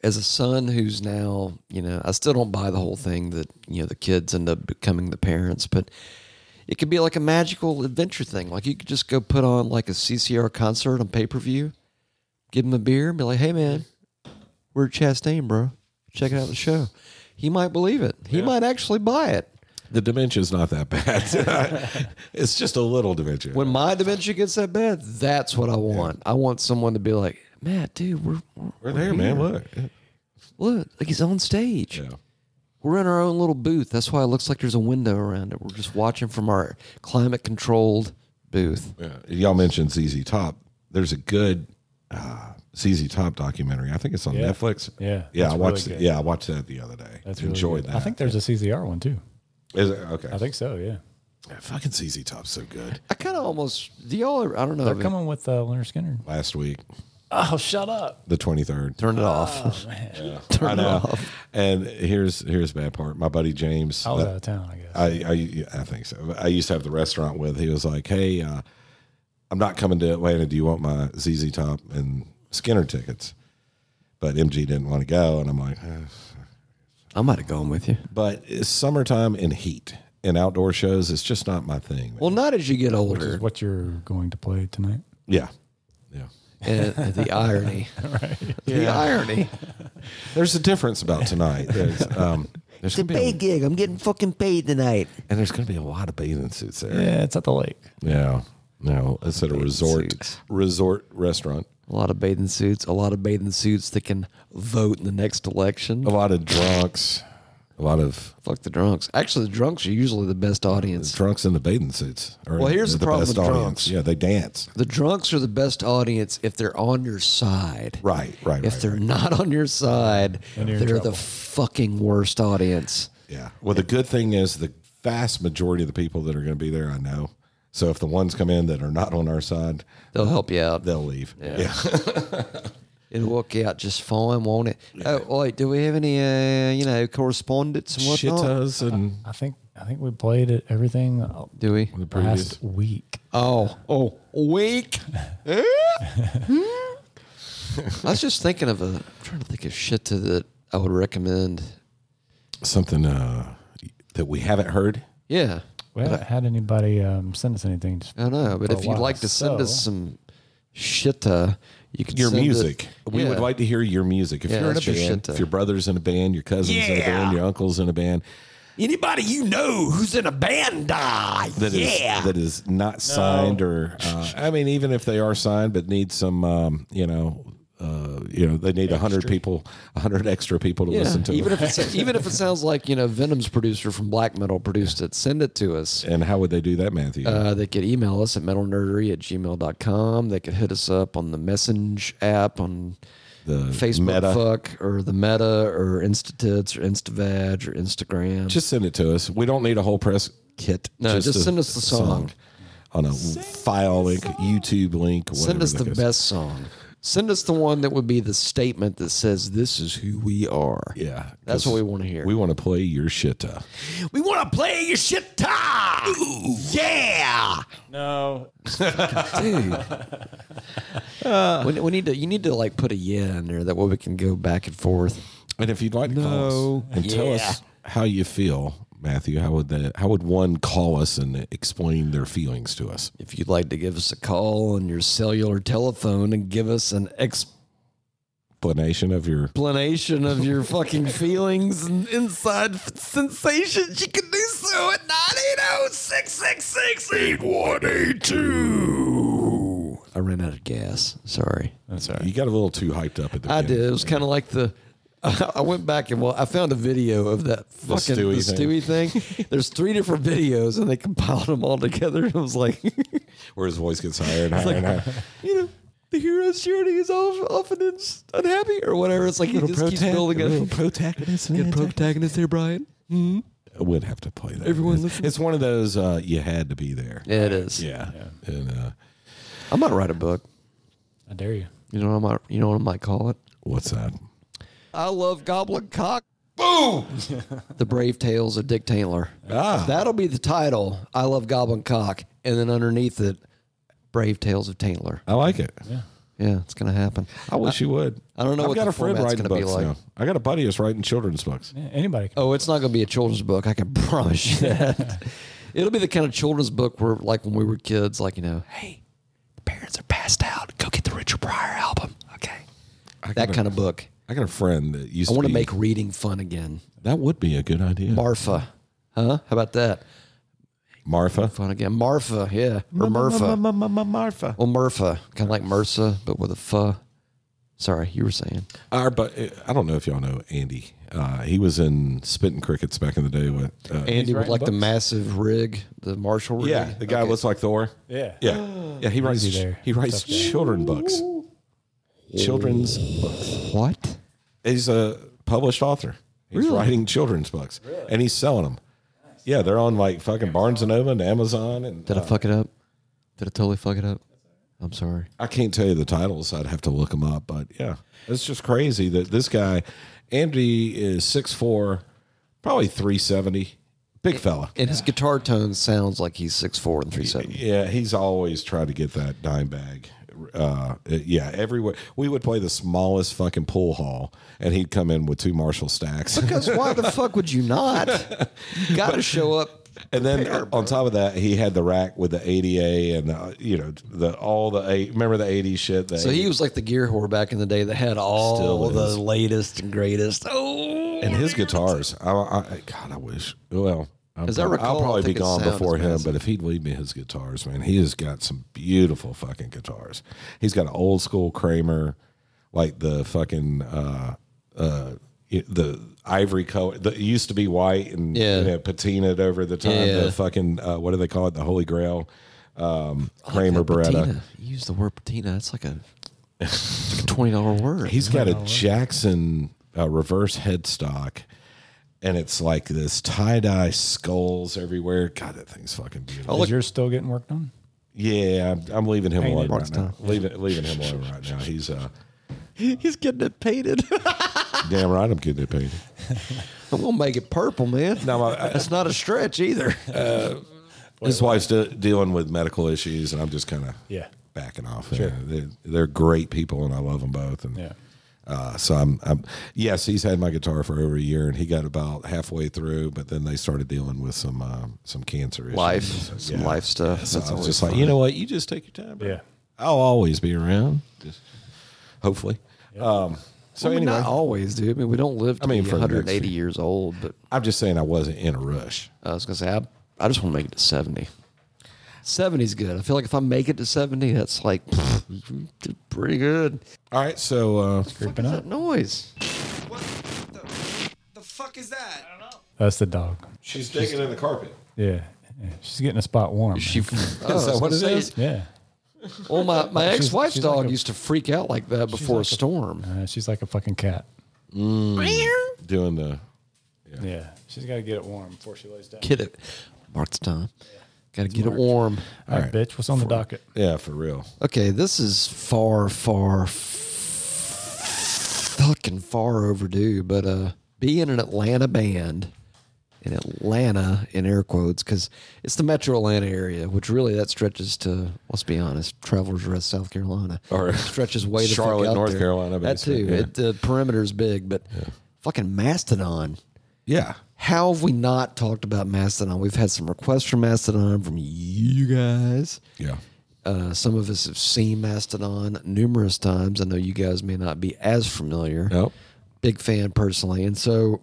[SPEAKER 2] as a son who's now, you know, I still don't buy the whole thing that, you know, the kids end up becoming the parents, but it could be like a magical adventure thing. Like you could just go put on like a CCR concert on pay per view, give him a beer, and be like, "Hey man, we're Chastain, bro. Check out the show." He might believe it. He might actually buy it.
[SPEAKER 1] The dementia's not that bad. it's just a little dementia.
[SPEAKER 2] When my dementia gets that bad, that's what I want. I want someone to be like, "Matt, dude, we're we're,
[SPEAKER 1] We're there, man. Look.
[SPEAKER 2] look like he's on stage."
[SPEAKER 1] Yeah.
[SPEAKER 2] We're in our own little booth. That's why it looks like there's a window around it. We're just watching from our climate controlled booth.
[SPEAKER 1] Yeah. Y'all mentioned ZZ Top. There's a good uh, ZZ Top documentary. I think it's on
[SPEAKER 3] Yeah.
[SPEAKER 1] Netflix.
[SPEAKER 3] Yeah,
[SPEAKER 1] Yeah,
[SPEAKER 3] that's
[SPEAKER 1] I
[SPEAKER 3] really
[SPEAKER 1] watched.
[SPEAKER 3] good.
[SPEAKER 1] it. Yeah, I watched that the other day.
[SPEAKER 3] That's really
[SPEAKER 1] Enjoyed
[SPEAKER 3] good.
[SPEAKER 1] that.
[SPEAKER 3] I think there's a CZR one too.
[SPEAKER 1] Is it okay?
[SPEAKER 3] I think so. Yeah,
[SPEAKER 1] Yeah, fucking ZZ Top's so good.
[SPEAKER 2] I kind of almost. Do y'all? ever- I don't know.
[SPEAKER 3] they're
[SPEAKER 2] if it-
[SPEAKER 3] coming with uh, Leonard Skinner.
[SPEAKER 1] Last week,
[SPEAKER 3] Oh, shut up!
[SPEAKER 1] the twenty third.
[SPEAKER 2] Turn it
[SPEAKER 3] Ah,
[SPEAKER 2] off.
[SPEAKER 1] Turn I know. And here's here's the bad part. My buddy James.
[SPEAKER 3] I was
[SPEAKER 1] uh,
[SPEAKER 3] out of town. I guess.
[SPEAKER 1] I, I I think so. I used to have the restaurant with. He was like, "Hey, uh, I'm not coming to Atlanta. Do you want my ZZ Top and Skinner tickets?" But MG didn't want to go, and I'm like, eh.
[SPEAKER 2] I might have gone with you.
[SPEAKER 1] "But it's summertime and heat and outdoor shows. It's just not my thing." man.
[SPEAKER 2] Well, not as you get
[SPEAKER 3] Which is
[SPEAKER 2] older.
[SPEAKER 3] what you're going to play tonight.
[SPEAKER 1] yeah, yeah.
[SPEAKER 2] and eh, the irony. The irony.
[SPEAKER 1] There's a difference about tonight. There's um, there's gonna be a,
[SPEAKER 2] gig. I'm getting fucking paid tonight.
[SPEAKER 1] and there's gonna be a lot of bathing suits there.
[SPEAKER 3] Yeah, it's at the lake.
[SPEAKER 1] Yeah. No, it's at a resort
[SPEAKER 2] suits.
[SPEAKER 1] resort restaurant.
[SPEAKER 2] A lot of bathing suits. A lot of bathing suits that can vote in the next election.
[SPEAKER 1] A lot of drunks. A lot of
[SPEAKER 2] Fuck the drunks. Actually, the drunks are usually the best audience.
[SPEAKER 1] drunks in the bathing suits. are
[SPEAKER 2] Well, here's the problem
[SPEAKER 1] best
[SPEAKER 2] with
[SPEAKER 1] audience.
[SPEAKER 2] drunks.
[SPEAKER 1] Yeah, they dance.
[SPEAKER 2] The drunks are the best audience if they're on your side.
[SPEAKER 1] Right, right,
[SPEAKER 2] If
[SPEAKER 1] right,
[SPEAKER 2] they're not on your side,
[SPEAKER 3] Then you're
[SPEAKER 2] they're
[SPEAKER 3] in
[SPEAKER 2] the
[SPEAKER 3] trouble.
[SPEAKER 2] fucking worst audience.
[SPEAKER 1] Yeah. Well, the good thing is the vast majority of the people that are going to be there, I know. So if the ones come in that are not on our side,
[SPEAKER 2] They'll help you out.
[SPEAKER 1] they'll leave. Yeah.
[SPEAKER 2] It'll work out just fine, won't it? Oh, wait, do we have any, uh, you know, correspondence and whatnot?
[SPEAKER 1] Shittas and
[SPEAKER 3] I think I think we played it everything uh,
[SPEAKER 2] Do we?
[SPEAKER 1] the previous.
[SPEAKER 3] last week.
[SPEAKER 2] Oh, oh, weak.
[SPEAKER 1] Hmm?
[SPEAKER 2] I was just thinking of a, I'm trying to think of shit to that I would recommend.
[SPEAKER 1] Something uh, that we haven't heard.
[SPEAKER 2] Yeah,
[SPEAKER 3] We haven't had anybody um, send us anything. Just
[SPEAKER 2] I don't know, but
[SPEAKER 5] Oh,
[SPEAKER 3] For a
[SPEAKER 2] if you'd
[SPEAKER 3] while,
[SPEAKER 2] like to send us
[SPEAKER 3] so-
[SPEAKER 2] some shit to, you could
[SPEAKER 1] Your
[SPEAKER 2] send it-
[SPEAKER 1] music. we
[SPEAKER 2] Yeah.
[SPEAKER 1] would like to hear your music. If
[SPEAKER 2] Yeah,
[SPEAKER 1] you're in a
[SPEAKER 2] that's your
[SPEAKER 1] band,
[SPEAKER 2] shitta.
[SPEAKER 1] if your brother's in a band, your cousin's in a band, your uncle's in a band,
[SPEAKER 5] Anybody you know who's in a band? Ah,
[SPEAKER 1] that is
[SPEAKER 5] yeah.
[SPEAKER 1] that is not signed or uh, I mean even if they are signed but need some um, you know uh, you know they need a hundred people a hundred extra people to
[SPEAKER 2] Yeah,
[SPEAKER 1] listen to
[SPEAKER 2] even
[SPEAKER 1] it.
[SPEAKER 2] if it's, even if it sounds like you know Venom's producer from Black Metal produced it, send it to us.
[SPEAKER 1] and how would they do that Matthew
[SPEAKER 2] Uh, they could email us at metalnerdery at gmail.com. They could hit us up on the Message app on
[SPEAKER 1] the
[SPEAKER 2] Facebook
[SPEAKER 1] meta
[SPEAKER 2] fuck or the Meta or Instatits or Instavag or Instagram.
[SPEAKER 1] just send it to us we don't need a whole press kit
[SPEAKER 2] No, just
[SPEAKER 1] a
[SPEAKER 2] send us the song.
[SPEAKER 1] on a file link YouTube link whatever
[SPEAKER 2] send us
[SPEAKER 1] that
[SPEAKER 2] the
[SPEAKER 1] goes.
[SPEAKER 2] best song. Send us the one that would be the statement that says this is who we are.
[SPEAKER 1] yeah
[SPEAKER 2] That's
[SPEAKER 1] 'cause
[SPEAKER 2] what we want to hear.
[SPEAKER 1] we want to play your shit uh, up.
[SPEAKER 5] We want to play your shit. Ah, yeah.
[SPEAKER 3] no.
[SPEAKER 2] Dude.
[SPEAKER 5] Uh.
[SPEAKER 2] we, we need to you need to like put a yeah in there that way we can go back and forth.
[SPEAKER 1] And if you'd like to call us and tell us how you feel, Matthew, how would that? How would one call us and explain their feelings to us?
[SPEAKER 2] If you'd like to give us a call on your cellular telephone and give us an
[SPEAKER 1] Explanation of your
[SPEAKER 2] explanation of your fucking feelings and inside sensations, you can do so at oh,
[SPEAKER 5] 980-666-8182.
[SPEAKER 2] I ran out of gas. Sorry.
[SPEAKER 3] That's all right.
[SPEAKER 1] you got a little too hyped up at the
[SPEAKER 2] I
[SPEAKER 1] beginning.
[SPEAKER 2] did. It was kind of like the. I went back and well, I found a video of that fucking the
[SPEAKER 1] Stewie
[SPEAKER 2] Stewie, thing. There's three different videos, and they compiled them all together. It was like,
[SPEAKER 1] where his voice gets higher and higher and higher.
[SPEAKER 2] you know, the hero's journey is off, often un- unhappy or whatever. It's like he just keeps building
[SPEAKER 1] little
[SPEAKER 2] it.
[SPEAKER 1] protagonist.
[SPEAKER 2] Good protagonist there, Brian.
[SPEAKER 1] I would have to play that.
[SPEAKER 2] Everyone
[SPEAKER 1] it's,
[SPEAKER 2] listen.
[SPEAKER 1] it's one of those uh, you had to be there.
[SPEAKER 2] Yeah, it is.
[SPEAKER 1] Yeah, and uh,
[SPEAKER 2] I might write a book.
[SPEAKER 3] I dare you.
[SPEAKER 2] You know what I might. You know what I might call it.
[SPEAKER 1] what's that?
[SPEAKER 2] I love Goblin Cock. Boom! the Brave Tales of Dick Taylor.
[SPEAKER 1] Ah.
[SPEAKER 2] That'll be the title. I love Goblin Cock. And then underneath it, Brave Tales of Taylor.
[SPEAKER 1] I like it.
[SPEAKER 2] Yeah, it's going to happen.
[SPEAKER 1] I wish you would.
[SPEAKER 2] I don't know
[SPEAKER 1] I've
[SPEAKER 2] what
[SPEAKER 1] got
[SPEAKER 2] the
[SPEAKER 1] a friend
[SPEAKER 2] format's
[SPEAKER 1] writing
[SPEAKER 2] gonna be
[SPEAKER 1] books
[SPEAKER 2] like.
[SPEAKER 1] now. I got a buddy that's writing children's books.
[SPEAKER 3] Yeah, anybody. Can.
[SPEAKER 2] Oh, it's not going to be a children's book. I can promise you that. It'll be the kind of children's book where, like, when we were kids, like you know, hey, the parents are passed out. Go get the Richard Pryor album, okay? That kind of book.
[SPEAKER 1] I got a friend that used
[SPEAKER 2] I want
[SPEAKER 1] to
[SPEAKER 2] to
[SPEAKER 1] be-
[SPEAKER 2] make reading fun again.
[SPEAKER 1] that would be a good idea.
[SPEAKER 2] Marfa, huh? How about that?
[SPEAKER 1] Martha.
[SPEAKER 2] Fun again. Marfa, yeah, or Murfa.
[SPEAKER 1] Marfa.
[SPEAKER 2] Well, Murfa, kind of like MRSA, but with a f. Sorry, you were saying.
[SPEAKER 1] Our, but uh, I don't know if y'all know Andy. Uh, he was in Spitting Crickets back in the day with. Uh,
[SPEAKER 2] Andy with
[SPEAKER 3] writing
[SPEAKER 2] like the
[SPEAKER 3] books?
[SPEAKER 2] massive rig, the Marshall rig.
[SPEAKER 1] yeah, the guy
[SPEAKER 2] Okay.
[SPEAKER 1] looks like Thor.
[SPEAKER 3] Yeah.
[SPEAKER 1] Yeah, yeah. He writes.
[SPEAKER 3] Easy there.
[SPEAKER 1] He writes children books. Children's books.
[SPEAKER 2] what?
[SPEAKER 1] He's a published author. He's writing children's books, and he's selling them. Yeah, they're on like fucking Barnes and Noble and Amazon, and
[SPEAKER 2] Did I fuck it up? Did I totally fuck it up? I'm sorry.
[SPEAKER 1] I can't tell you the titles. I'd have to look them up, but yeah, it's just crazy that this guy, Andy, is six four, probably three seventy, big fella.
[SPEAKER 2] And his guitar tone sounds like he's six four and three seven.
[SPEAKER 1] Yeah, he's always tried to get that dime bag. Uh, yeah, everywhere we would play the smallest fucking pool hall, and he'd come in with two Marshall stacks.
[SPEAKER 2] Because why the fuck would you not? You gotta show up.
[SPEAKER 1] and then on top of that, he had the rack with the ADA and the, you know the all the eight. Remember the eighty shit? The
[SPEAKER 2] So he was like the gear whore back in the day that had all
[SPEAKER 1] Still
[SPEAKER 2] the
[SPEAKER 1] is.
[SPEAKER 2] latest and greatest. Oh,
[SPEAKER 1] and his guitars. I, I God, I wish. Well, I'm
[SPEAKER 2] As I
[SPEAKER 1] prob-
[SPEAKER 2] recall,
[SPEAKER 1] I'll
[SPEAKER 2] I
[SPEAKER 1] probably be
[SPEAKER 2] think his
[SPEAKER 1] gone
[SPEAKER 2] sound
[SPEAKER 1] before
[SPEAKER 2] is
[SPEAKER 1] him.
[SPEAKER 2] massive.
[SPEAKER 1] But if he'd leave me his guitars, man, he has got some beautiful fucking guitars. He's got an old school Kramer, like the fucking uh, uh, it- the ivory color that used to be white and
[SPEAKER 2] Yeah.
[SPEAKER 1] you know, patinaed over the time.
[SPEAKER 2] Yeah.
[SPEAKER 1] The fucking uh, what do they call it? The Holy Grail. Um, Kramer Beretta.
[SPEAKER 2] patina. You use the word patina. That's like a, it's like a twenty dollar word.
[SPEAKER 1] He's got a Jackson uh, reverse headstock, and it's like this tie dye skulls everywhere. God, that thing's fucking beautiful.
[SPEAKER 3] Is yours still getting worked on?
[SPEAKER 1] Yeah, I'm, I'm leaving him alone
[SPEAKER 3] Painted.
[SPEAKER 1] right now. Leaving, leaving him alone right now. He's uh,
[SPEAKER 2] he's getting it painted.
[SPEAKER 1] damn right. I'm getting it painted.
[SPEAKER 2] we'll make it purple, man.
[SPEAKER 1] No, I-
[SPEAKER 2] that's not a stretch either.
[SPEAKER 1] His wife's de- dealing with medical issues, and I'm just kind of
[SPEAKER 3] Yeah.
[SPEAKER 1] backing off. Sure. They're, they're great people, and I love them both. And
[SPEAKER 3] Yeah.
[SPEAKER 1] Uh, so I'm, I'm, yes, he's had my guitar for over a year, and he got about halfway through, but then they started dealing with some um, some cancer issues.
[SPEAKER 2] life,
[SPEAKER 1] So,
[SPEAKER 2] some
[SPEAKER 1] yeah.
[SPEAKER 2] life stuff.
[SPEAKER 1] So
[SPEAKER 2] That's
[SPEAKER 1] I was
[SPEAKER 2] always
[SPEAKER 1] just
[SPEAKER 2] fun.
[SPEAKER 1] like, you know what? You just take your time. bro.
[SPEAKER 3] Yeah.
[SPEAKER 1] I'll always be around. Just hopefully. Um, so
[SPEAKER 2] I mean,
[SPEAKER 1] anyway,
[SPEAKER 2] not always, dude. I mean, we don't live to
[SPEAKER 1] I mean,
[SPEAKER 2] be
[SPEAKER 1] for the next
[SPEAKER 2] 180
[SPEAKER 1] few-
[SPEAKER 2] years old, but
[SPEAKER 1] I'm just saying I wasn't in a rush.
[SPEAKER 2] I was gonna say I, I just want to make it to 70. 70's good. I feel like if I make it to 70, that's like pfft, pretty good.
[SPEAKER 1] All right, so uh,
[SPEAKER 3] Creeping
[SPEAKER 2] What's that
[SPEAKER 3] up.
[SPEAKER 2] noise?
[SPEAKER 3] That's the dog.
[SPEAKER 1] she's digging in the carpet.
[SPEAKER 3] Yeah. Yeah. She's getting a spot warm.
[SPEAKER 2] She, oh,
[SPEAKER 1] Is that what it is?
[SPEAKER 3] yeah.
[SPEAKER 2] Well, my, my ex wife's
[SPEAKER 3] she's
[SPEAKER 2] dog
[SPEAKER 3] like a-
[SPEAKER 2] used to freak out like that before a storm.
[SPEAKER 3] Uh, she's like a fucking cat.
[SPEAKER 1] Doing the
[SPEAKER 3] Yeah. She's got to get it warm before she lays down.
[SPEAKER 2] Get it. Mark the time. Gotta get it warm.
[SPEAKER 3] All right, bitch. What's on the docket?
[SPEAKER 1] yeah for real.
[SPEAKER 2] Okay, this is far, far, f- fucking far overdue. But uh, be in an Atlanta band in Atlanta, in air quotes, because it's the metro Atlanta area, which really that stretches to, let's be honest, Travelers Rest, South Carolina.
[SPEAKER 1] Or
[SPEAKER 2] It stretches way the fuck
[SPEAKER 1] Charlotte,
[SPEAKER 2] out
[SPEAKER 1] North
[SPEAKER 2] there.
[SPEAKER 1] Carolina,
[SPEAKER 2] That too.
[SPEAKER 1] basically, yeah.
[SPEAKER 2] It, the perimeter's big, but fucking Mastodon.
[SPEAKER 1] Yeah,
[SPEAKER 2] How have we not talked about Mastodon? We've had some requests from Mastodon from you guys.
[SPEAKER 1] yeah.
[SPEAKER 2] Uh, some of us have seen Mastodon numerous times. I know you guys may not be as familiar.
[SPEAKER 1] Nope.
[SPEAKER 2] Big fan personally. And so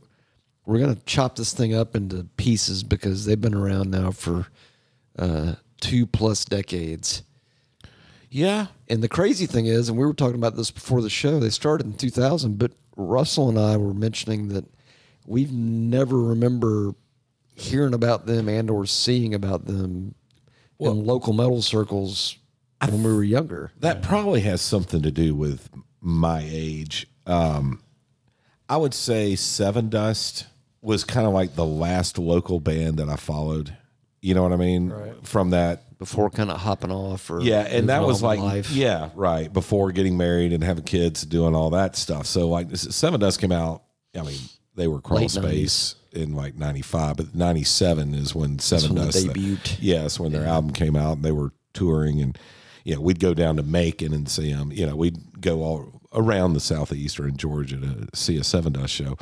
[SPEAKER 2] we're going to chop this thing up into pieces because they've been around now for uh, two plus decades.
[SPEAKER 1] Yeah,
[SPEAKER 2] And the crazy thing is, and we were talking about this before the show, they started in 2000, but Russell and I were mentioning that we've never remember hearing about them and or seeing about them in local metal circles when we were younger.
[SPEAKER 1] That probably has something to do with my age. Um, I would say Seven Dust was kind of like the last local band that I followed. You know what I mean? From that,
[SPEAKER 2] Before kind of hopping off or
[SPEAKER 1] yeah, and that
[SPEAKER 2] moving
[SPEAKER 1] was
[SPEAKER 2] on
[SPEAKER 1] like,
[SPEAKER 2] in life.
[SPEAKER 1] yeah, right before getting married and having kids, doing all that stuff. So like, this- Seven Dust came out. I mean, they were Crawl
[SPEAKER 2] Late 90s.
[SPEAKER 1] Space in like '95, but '97 is when Seven
[SPEAKER 2] when they
[SPEAKER 1] Dust
[SPEAKER 2] debuted.
[SPEAKER 1] Yes, when their album came out and they were touring, and you know, we'd go down to Macon and see them. You know, we'd go all around the southeast or in Georgia to see a Seven Dust show.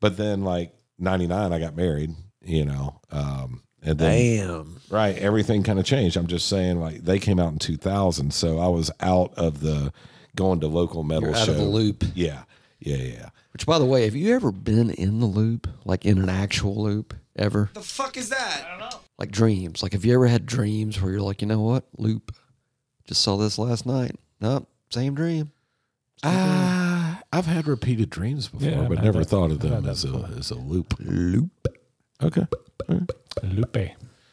[SPEAKER 1] But then, like '99, I got married. You know, um, And then
[SPEAKER 2] Damn.
[SPEAKER 1] Right. Everything kind of changed. I'm just saying, like, they came out in 2000. So I was out of the going to local metal
[SPEAKER 2] You're
[SPEAKER 1] show.
[SPEAKER 2] out of the loop.
[SPEAKER 1] Yeah. Yeah. Yeah.
[SPEAKER 2] Which, by the way, have you ever been in the loop, like in an actual loop, ever?
[SPEAKER 6] The fuck is that?
[SPEAKER 2] Like dreams. Like, have you ever had dreams where you're like, you know what, loop? Just saw this last night. Nope, same dream.
[SPEAKER 1] Ah, I've had repeated dreams before,
[SPEAKER 3] Yeah, I've
[SPEAKER 1] but
[SPEAKER 3] had
[SPEAKER 1] never
[SPEAKER 3] that.
[SPEAKER 1] thought of
[SPEAKER 3] I've had
[SPEAKER 1] them
[SPEAKER 3] that
[SPEAKER 1] as a,
[SPEAKER 3] before.
[SPEAKER 1] as a loop.
[SPEAKER 2] Loop,
[SPEAKER 1] Okay. All right.
[SPEAKER 3] Lupe.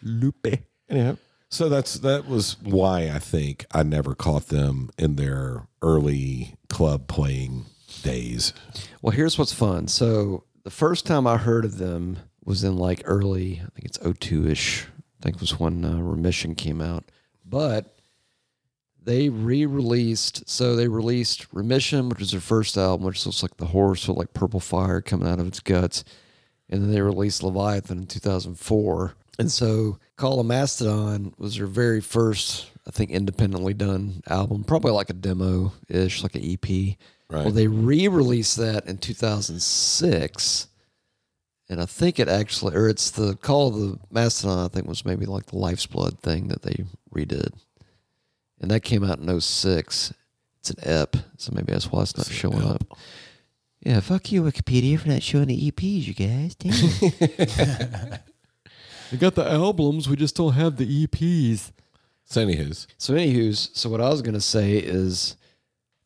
[SPEAKER 2] loopy.
[SPEAKER 1] Anyhow, so that's that was why I think I never caught them in their early club playing days.
[SPEAKER 2] Well, here's what's fun. So the first time I heard of them was in like early, I think it's 02 ish. I think was when uh, Remission came out. But they re-released, so they released Remission, which was their first album, which looks like the horse with like purple fire coming out of its guts. And then they released Leviathan in 2004. And so Call of Mastodon was their very first, I think, independently done album, probably like a demo ish, like E an EP.
[SPEAKER 1] Right.
[SPEAKER 2] Well, they re released that in 2006. And I think it actually, or it's the Call of the Mastodon, I think was maybe like the Life's Blood thing that they redid. And that came out in 06. It's an EP, so maybe that's why it's not showing up. Yeah, fuck you, Wikipedia, for not showing the EPs, you guys. Damn. we got the albums, we just don't have the E EPs.
[SPEAKER 1] So, anywho's,
[SPEAKER 2] So, anywho's, so what I was gonna say is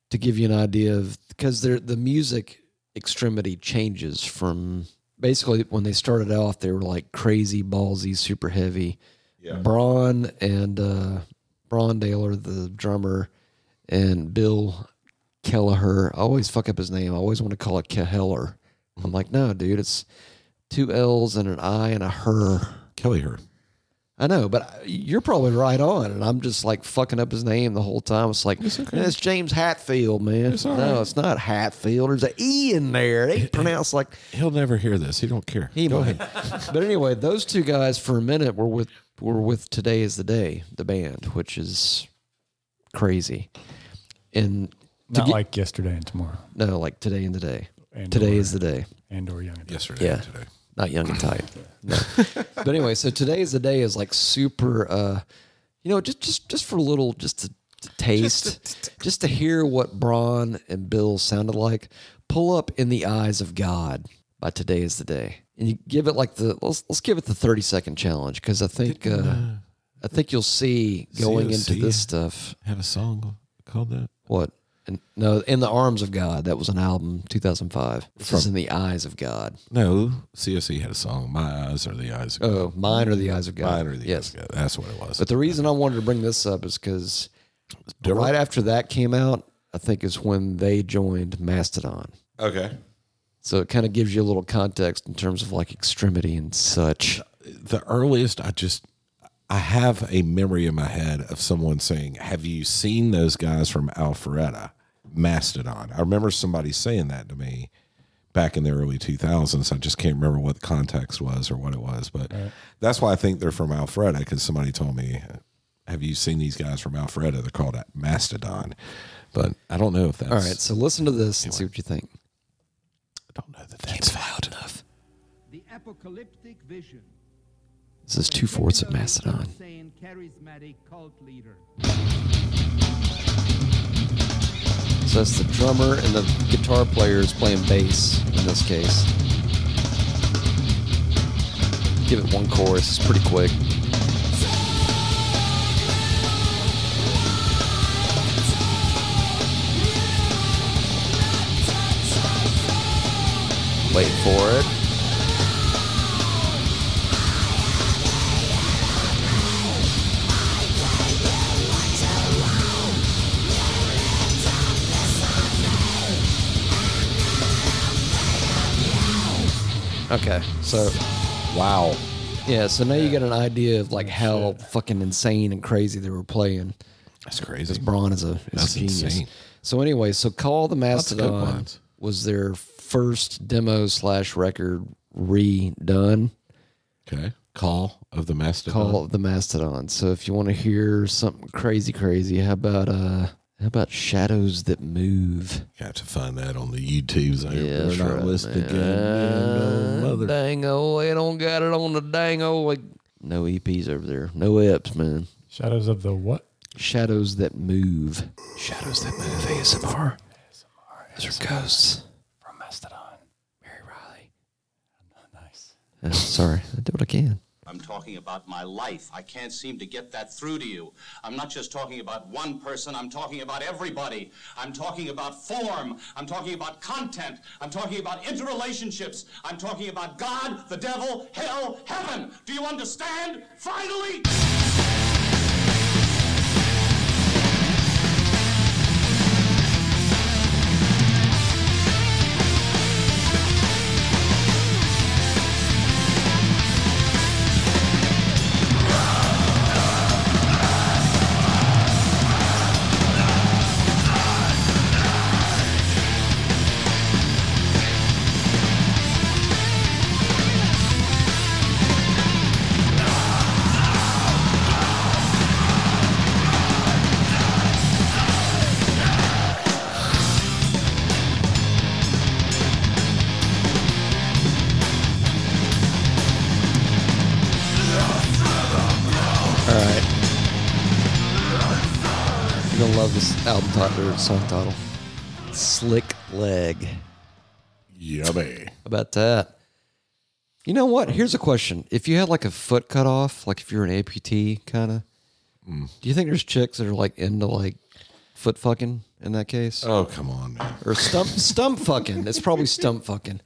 [SPEAKER 2] to give you an idea of because they're the music extremity changes from basically when they started off, they were like crazy, ballsy, super heavy. Braun and uh, Braun Daler, the drummer, and Bill Kelleher. I always fuck up his name. I always want to call it Keheller. I'm like, no, dude, it's two L's and an I and a her.
[SPEAKER 1] Kelly Her.
[SPEAKER 2] I know, but you're probably right on, and I'm just like fucking up his name the whole time. It's like it's, James Hatfield, man.
[SPEAKER 1] all
[SPEAKER 2] no,
[SPEAKER 1] right.
[SPEAKER 2] it's not Hatfield. There's an E in there. They pronounce like
[SPEAKER 1] He'll never hear this. He don't care.
[SPEAKER 2] he might. but anyway, those two guys for a minute were with were with Today Is the Day, the band, which is crazy. And to
[SPEAKER 3] Not
[SPEAKER 2] get-
[SPEAKER 3] like yesterday and tomorrow.
[SPEAKER 2] no, like today and today.
[SPEAKER 3] And
[SPEAKER 2] today
[SPEAKER 3] or-
[SPEAKER 2] is the day.
[SPEAKER 3] and or young. Yes.
[SPEAKER 1] Yesterday.
[SPEAKER 2] Yeah.
[SPEAKER 1] Today.
[SPEAKER 2] Not young and tight. No. but anyway, so today's the day is like super uh you know, just just just for a little just to, to taste, just to, hear what Braun and Bill sounded like. Pull up in the eyes of God by today is the day. And you give it like the let's let's give it the 30 second challenge cuz I think uh, I think you'll see going into
[SPEAKER 1] COC?
[SPEAKER 2] this stuff
[SPEAKER 1] Had a song called that.
[SPEAKER 2] what? And, no, in the arms of God. That was an album, 2005. This is in the eyes of God.
[SPEAKER 1] No, CSE had a song. My eyes are the eyes. Of
[SPEAKER 2] Oh, mine are the eyes of God.
[SPEAKER 1] Mine are the eyes.
[SPEAKER 2] yes.
[SPEAKER 1] Of God. That's what it was.
[SPEAKER 2] But the reason I wanted to bring this up is because
[SPEAKER 1] Different?
[SPEAKER 2] right after that came out, I think is when they joined Mastodon.
[SPEAKER 1] okay.
[SPEAKER 2] So it kind of gives you a little context in terms of like extremity and such.
[SPEAKER 1] The earliest, I just, I have a memory in my head of someone saying, "Have you seen those guys from Alpharetta, Mastodon?" I remember somebody saying that to me back in the early 2000s. I just can't remember what the context was or what it was, but that's why I think they're from Alpharetta because somebody told me, "Have you seen these guys from Alpharetta? They're called Mastodon." But I don't know if that's
[SPEAKER 2] All right, so listen to this and see what you think.
[SPEAKER 1] I don't know that that's valid enough.
[SPEAKER 7] The apocalyptic vision.
[SPEAKER 2] This is two fourths of Mastodon.
[SPEAKER 7] Saiyan charismatic cult leader.
[SPEAKER 2] So that's the drummer and the guitar player is playing bass in this case. Give it one chorus, it's pretty quick. Wait for it. Okay, so
[SPEAKER 1] Wow.
[SPEAKER 2] yeah, so now you get an idea of
[SPEAKER 1] Oh,
[SPEAKER 2] like how fucking insane and crazy they were playing.
[SPEAKER 1] That's crazy.
[SPEAKER 2] Braun is a, is a
[SPEAKER 1] That's
[SPEAKER 2] genius.
[SPEAKER 1] insane.
[SPEAKER 2] So anyway, so Call the
[SPEAKER 1] of good
[SPEAKER 2] Mastodon
[SPEAKER 1] ones.
[SPEAKER 2] was their first demo slash record redone.
[SPEAKER 1] Okay. Call of the Mastodon.
[SPEAKER 2] Call of the Mastodon. So if you want to hear something crazy, crazy, how about uh, how about Shadows That Move?
[SPEAKER 1] You have to find that on the YouTubes. I
[SPEAKER 2] Yeah,
[SPEAKER 1] we're
[SPEAKER 2] that's
[SPEAKER 1] not
[SPEAKER 2] right, Uh,
[SPEAKER 1] listed.
[SPEAKER 2] man.
[SPEAKER 1] good. No mother.
[SPEAKER 2] Dang oh, they don't got it on the dang oh. No EPs over there. No EPs, man.
[SPEAKER 3] Shadows of the what?
[SPEAKER 2] Shadows that move. Shadows that move. ASMR. Those are ghosts.
[SPEAKER 3] From Mastodon.
[SPEAKER 2] Mary Riley.
[SPEAKER 3] Nice.
[SPEAKER 2] Uh, sorry, I did what I can.
[SPEAKER 6] I'm talking about my life. I can't seem to get that through to you. I'm not just talking about one person, I'm talking about everybody. I'm talking about form. I'm talking about content. I'm talking about interrelationships. I'm talking about God, the devil, hell, heaven. Do you understand? Finally!
[SPEAKER 2] You're gonna love this album title or song title. Slick Leg. How
[SPEAKER 1] Yummy.
[SPEAKER 2] about that? You know what? Here's a question. If you had like a foot cut off, like if you're an amputee kind of, do you think there's chicks that are like into like foot fucking in that case?
[SPEAKER 1] Oh, come on, man.
[SPEAKER 2] or stump stump fucking. It's probably stump fucking.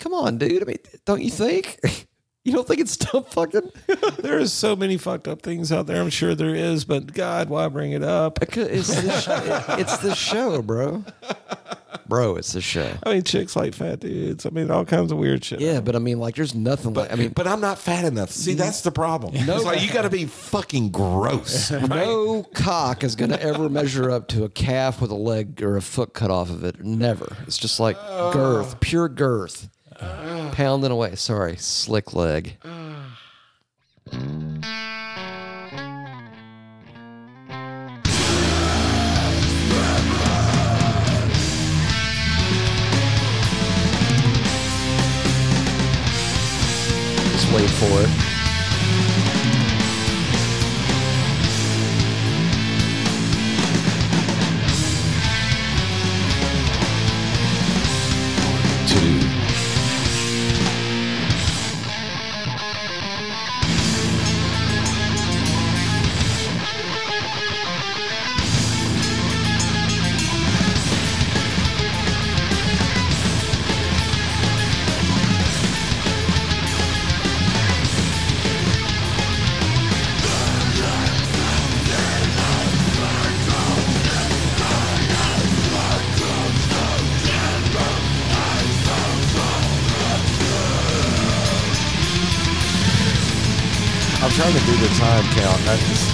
[SPEAKER 2] Come on, dude. I mean, don't you think? You don't think it's stump fucking?
[SPEAKER 1] There is so many fucked up things out there. I'm sure there is, but God, why bring it up?
[SPEAKER 2] It's the, sh- it's the show, bro. Bro, it's the show.
[SPEAKER 1] I mean, chicks like fat dudes. I mean, all kinds of weird shit.
[SPEAKER 2] Yeah, but I mean, like, there's nothing. like, I mean,
[SPEAKER 1] but I'm not fat enough. See, that's the problem. No, like you got to be fucking gross.
[SPEAKER 2] no cock is gonna ever measure up to a calf with a leg or a foot cut off of it. Never. It's just like girth, pure girth, pounding away. Sorry, slick leg. Just wait for it.
[SPEAKER 1] I'm trying to do the time count. I just,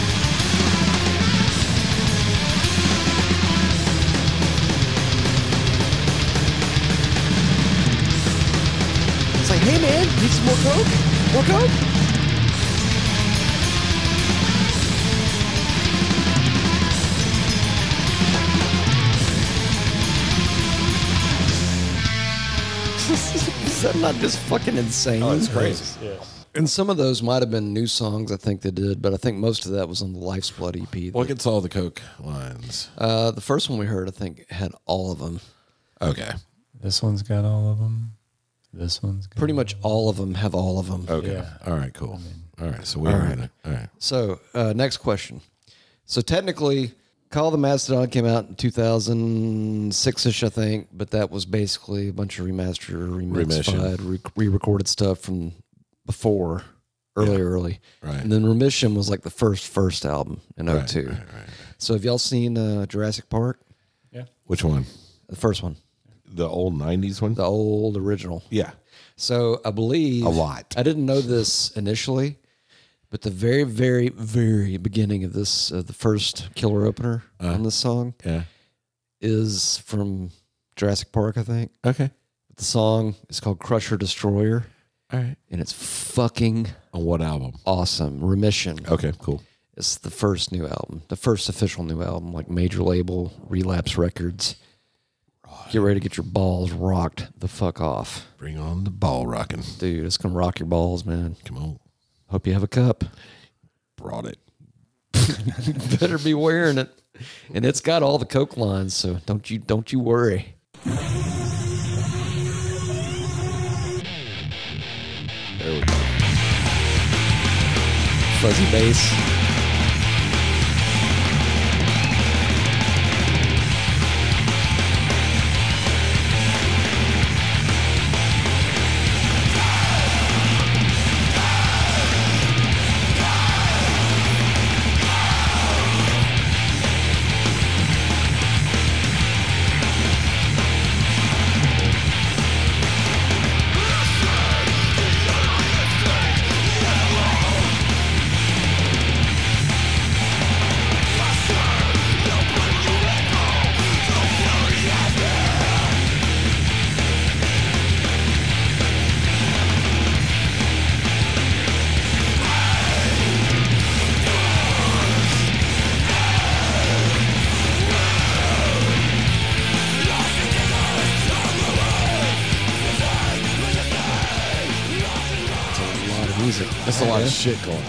[SPEAKER 2] It's like, hey man, need some more coke? More coke? Is that not just fucking insane?
[SPEAKER 1] oh, it's crazy.
[SPEAKER 2] and some of those might have been new songs I think they did, but I think most of that was on the Life's Blood EP.
[SPEAKER 1] Look at all the coke lines.
[SPEAKER 2] uh, the first one we heard, I think, had all of them.
[SPEAKER 1] Okay.
[SPEAKER 3] This one's got all of them. This one's got
[SPEAKER 2] Pretty much all of them have all of them.
[SPEAKER 1] Okay.
[SPEAKER 3] Yeah.
[SPEAKER 1] All right. Cool. All right. So we are in it. All right.
[SPEAKER 2] So, uh, next question. So, technically, Call the Mastodon came out in 2006 ish, I think, but that was basically a bunch of remastered,
[SPEAKER 1] Remission.
[SPEAKER 2] remastered, re recorded stuff from before, early, early.
[SPEAKER 1] Right.
[SPEAKER 2] And then Remission was like the first, first album in
[SPEAKER 1] Right,
[SPEAKER 2] 02.
[SPEAKER 1] right, right.
[SPEAKER 2] So, have y'all seen uh, Jurassic Park?
[SPEAKER 1] Which one?
[SPEAKER 2] The first one,
[SPEAKER 1] The old '90s one.
[SPEAKER 2] the old original.
[SPEAKER 1] yeah.
[SPEAKER 2] So I believe
[SPEAKER 1] A lot.
[SPEAKER 2] I didn't know this initially, but the very, very, very beginning of this, uh, the first killer opener
[SPEAKER 1] Uh-huh.
[SPEAKER 2] on this song
[SPEAKER 1] Yeah.
[SPEAKER 2] is from Jurassic Park, I think.
[SPEAKER 1] Okay.
[SPEAKER 2] The song is called Crusher Destroyer,
[SPEAKER 1] All right.
[SPEAKER 2] and it's fucking
[SPEAKER 1] On what album?
[SPEAKER 2] awesome. Remission.
[SPEAKER 1] Okay. Cool.
[SPEAKER 2] It's the first new album, the first official new album, like major label, Relapse Records. Get ready to get your balls rocked the fuck off.
[SPEAKER 1] Bring on the ball rocking.
[SPEAKER 2] Dude, it's gonna rock your balls, man.
[SPEAKER 1] Come on.
[SPEAKER 2] Hope you have a cup.
[SPEAKER 1] Brought it.
[SPEAKER 2] Better be wearing it. And it's got all the coke lines, so don't you don't you worry.
[SPEAKER 1] There we go.
[SPEAKER 2] Fuzzy bass. A lot of music.
[SPEAKER 1] That's a lot of shit going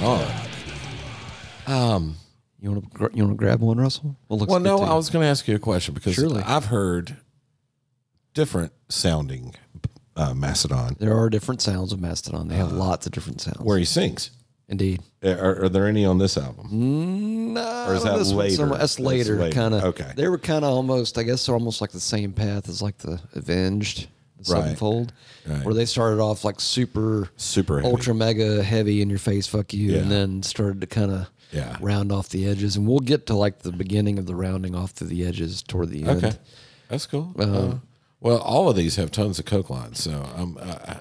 [SPEAKER 1] on.
[SPEAKER 2] You want to you want to grab one, Russell? Well, looks
[SPEAKER 1] Well,
[SPEAKER 2] good
[SPEAKER 1] no,
[SPEAKER 2] to you.
[SPEAKER 1] I was going to ask you a question because
[SPEAKER 2] Surely.
[SPEAKER 1] I've heard different sounding uh, Macedon
[SPEAKER 2] There are different sounds of Mastodon. They have lots of different sounds.
[SPEAKER 1] Uh, where he sings.
[SPEAKER 2] Indeed.
[SPEAKER 1] Are, are there any on this album?
[SPEAKER 2] No,
[SPEAKER 1] Or is that
[SPEAKER 2] this one's
[SPEAKER 1] later?
[SPEAKER 2] somewhat- that's
[SPEAKER 1] That's
[SPEAKER 2] later,
[SPEAKER 1] later.
[SPEAKER 2] kind of.
[SPEAKER 1] Okay.
[SPEAKER 2] They were kind of almost, I guess, they're almost like the same path as like the Avenged the
[SPEAKER 1] Right.
[SPEAKER 2] Sevenfold,
[SPEAKER 1] Right.
[SPEAKER 2] where they started off like super,
[SPEAKER 1] Super heavy.
[SPEAKER 2] ultra mega heavy in your face, fuck you, and
[SPEAKER 1] Yeah.
[SPEAKER 2] then started to kind of
[SPEAKER 1] Yeah.
[SPEAKER 2] round off the edges. And we'll get to like the beginning of the rounding off to the edges toward the end.
[SPEAKER 1] Okay, that's cool. Uh, well, all of these have tons of coke lines, so I'm uh,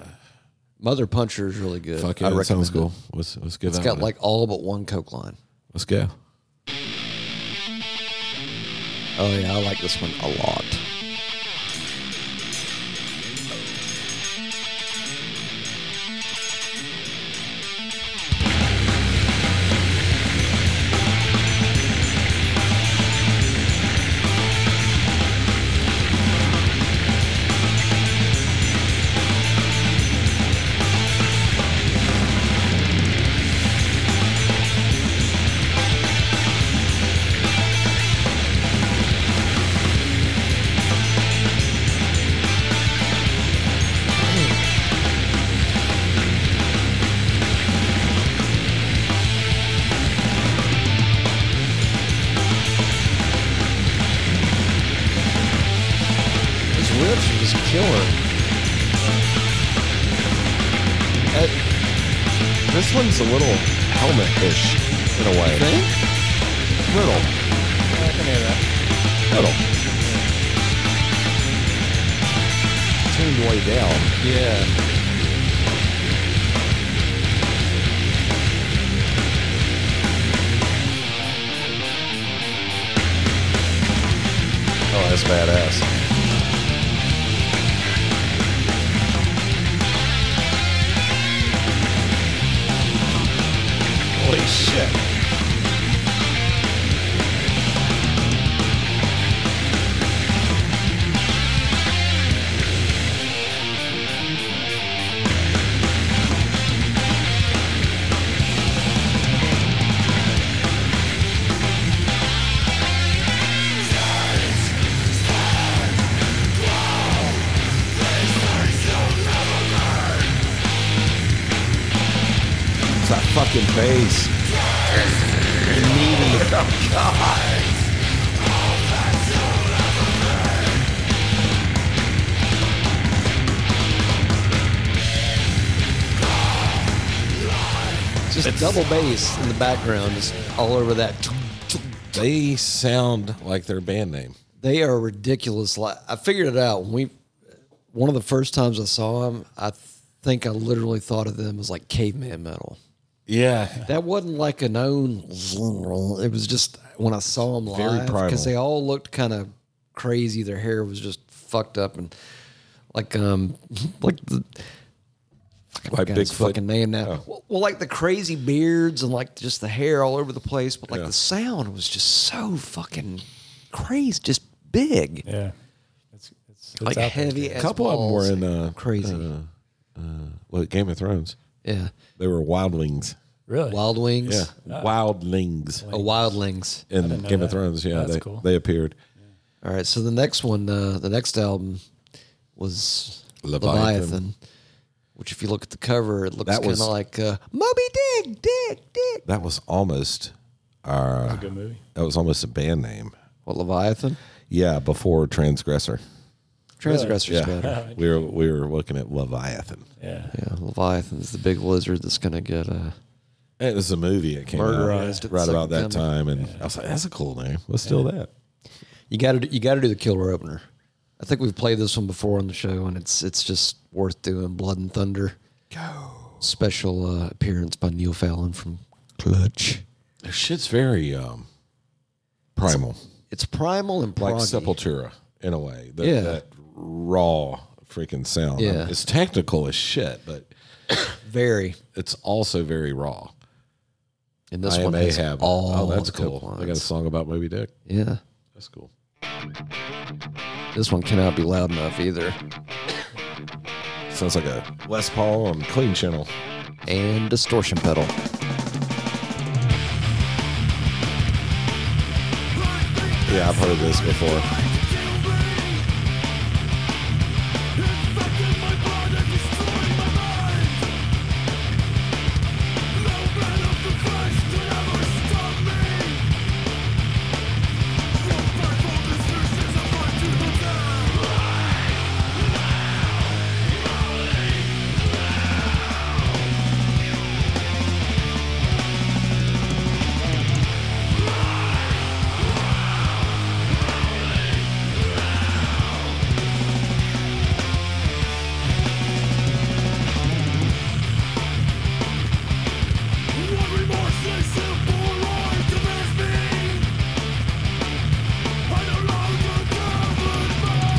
[SPEAKER 2] Mother Puncher is really good.
[SPEAKER 1] fuck it.
[SPEAKER 2] I
[SPEAKER 1] It sounds
[SPEAKER 2] recommend
[SPEAKER 1] cool. Let's let's give
[SPEAKER 2] It's
[SPEAKER 1] that
[SPEAKER 2] got
[SPEAKER 1] one a-
[SPEAKER 2] like all but one Coke line.
[SPEAKER 1] let's go.
[SPEAKER 2] Oh yeah, I like this one a lot. These riffs are just killer. Uh,
[SPEAKER 1] This one's a little helmet-ish in a way.
[SPEAKER 2] think?
[SPEAKER 1] Little, little. Tuned way down.
[SPEAKER 2] Yeah.
[SPEAKER 1] Oh, that's badass. Holy shit. It's that fucking bass. Immediate. Oh, God.
[SPEAKER 2] Just double bass in the background, just all over that.
[SPEAKER 1] They sound like their band name.
[SPEAKER 2] They are ridiculous. Like I figured it out when we, one of the first times I saw them, I think I literally thought of them as like caveman metal.
[SPEAKER 1] Yeah.
[SPEAKER 2] That wasn't like a known. It was just when I saw them
[SPEAKER 1] Very
[SPEAKER 2] live
[SPEAKER 1] primal.
[SPEAKER 2] because they all looked kind of crazy. Their hair was just fucked up and like um like the
[SPEAKER 1] Like
[SPEAKER 2] got his
[SPEAKER 1] Bigfoot. Oh.
[SPEAKER 2] fucking name now. Well, well, like the crazy beards and like just the hair all over the place, but like
[SPEAKER 1] Yeah.
[SPEAKER 2] the sound was just so fucking crazy, just big,
[SPEAKER 3] Yeah. It's, it's, it's
[SPEAKER 2] like
[SPEAKER 3] out there.
[SPEAKER 2] heavy.
[SPEAKER 1] A
[SPEAKER 2] as
[SPEAKER 1] couple of them were
[SPEAKER 2] balls.
[SPEAKER 1] in uh,
[SPEAKER 2] crazy.
[SPEAKER 1] Uh, uh, well, Game of Thrones.
[SPEAKER 2] yeah,
[SPEAKER 1] They were wildlings.
[SPEAKER 3] Really?
[SPEAKER 2] Wild Wings.
[SPEAKER 1] Yeah, wildlings
[SPEAKER 2] Oh, Wildlings.
[SPEAKER 1] in
[SPEAKER 3] didn't know
[SPEAKER 1] Game of
[SPEAKER 3] that.
[SPEAKER 1] Thrones. Yeah,
[SPEAKER 3] That's
[SPEAKER 1] they,
[SPEAKER 3] cool.
[SPEAKER 1] they appeared.
[SPEAKER 2] All right. So the next one, uh, the next album was
[SPEAKER 1] Leviathan.
[SPEAKER 2] Leviathan. which, if you look at the cover, it looks
[SPEAKER 1] That
[SPEAKER 2] kind of
[SPEAKER 1] was-
[SPEAKER 2] like uh, Moby Dick, Dick, Dick.
[SPEAKER 1] That was almost our.
[SPEAKER 3] Good movie.
[SPEAKER 1] That was almost a band name.
[SPEAKER 2] What Leviathan?
[SPEAKER 1] Yeah, before Transgressor.
[SPEAKER 2] Transgressor's
[SPEAKER 1] Yeah,
[SPEAKER 2] better.
[SPEAKER 1] we were we were looking at Leviathan.
[SPEAKER 3] Yeah.
[SPEAKER 2] Yeah, Leviathan's the big lizard that's gonna get uh,
[SPEAKER 1] It was a movie. It came
[SPEAKER 2] Murderized
[SPEAKER 1] out
[SPEAKER 2] at
[SPEAKER 1] right
[SPEAKER 2] the
[SPEAKER 1] about that
[SPEAKER 2] second
[SPEAKER 1] time, and I was like, "That's a cool name. Let's do that."
[SPEAKER 2] You got to you got to do the killer opener. I think we've played this one before on the show, and it's it's just worth doing. Blood and Thunder. Go. Special uh, appearance by Neil Fallon from Clutch.
[SPEAKER 1] That shit's very um, primal,
[SPEAKER 2] It's primal and
[SPEAKER 1] like
[SPEAKER 2] proggy.
[SPEAKER 1] Sepultura in a way. That,
[SPEAKER 2] Yeah.
[SPEAKER 1] that raw freaking sound. I mean,
[SPEAKER 2] Yeah.
[SPEAKER 1] it's technical as shit, but
[SPEAKER 2] Very.
[SPEAKER 1] it's also very raw.
[SPEAKER 2] And this one
[SPEAKER 1] IMA
[SPEAKER 2] has
[SPEAKER 1] have.
[SPEAKER 2] all.
[SPEAKER 1] Oh, that's
[SPEAKER 2] the coke
[SPEAKER 1] cool. They got a
[SPEAKER 2] lines.
[SPEAKER 1] song about Moby Dick.
[SPEAKER 2] Yeah.
[SPEAKER 1] That's cool.
[SPEAKER 2] This one cannot be loud enough either.
[SPEAKER 1] Sounds like a West Paul on Clean Channel.
[SPEAKER 2] And distortion pedal.
[SPEAKER 1] Yeah, I've heard this before.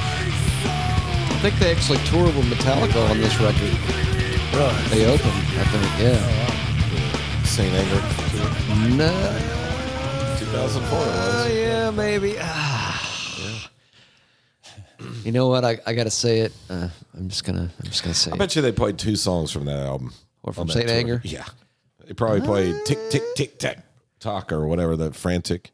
[SPEAKER 2] I think they actually toured with Metallica on this record. They opened, I think. Yeah.
[SPEAKER 1] St. Anger.
[SPEAKER 2] No.
[SPEAKER 1] 2004 it was.
[SPEAKER 2] Oh yeah, maybe. You know what? I, I gotta say it. Uh, I'm just gonna I'm just gonna say
[SPEAKER 1] I
[SPEAKER 2] it.
[SPEAKER 1] bet you they played two songs from Uh, that album.
[SPEAKER 2] What, from
[SPEAKER 1] on that
[SPEAKER 2] Saint
[SPEAKER 1] tour.
[SPEAKER 2] Anger?
[SPEAKER 1] Yeah. They probably played Tick, Tick, Tick, Tack, Talk or whatever, that frantic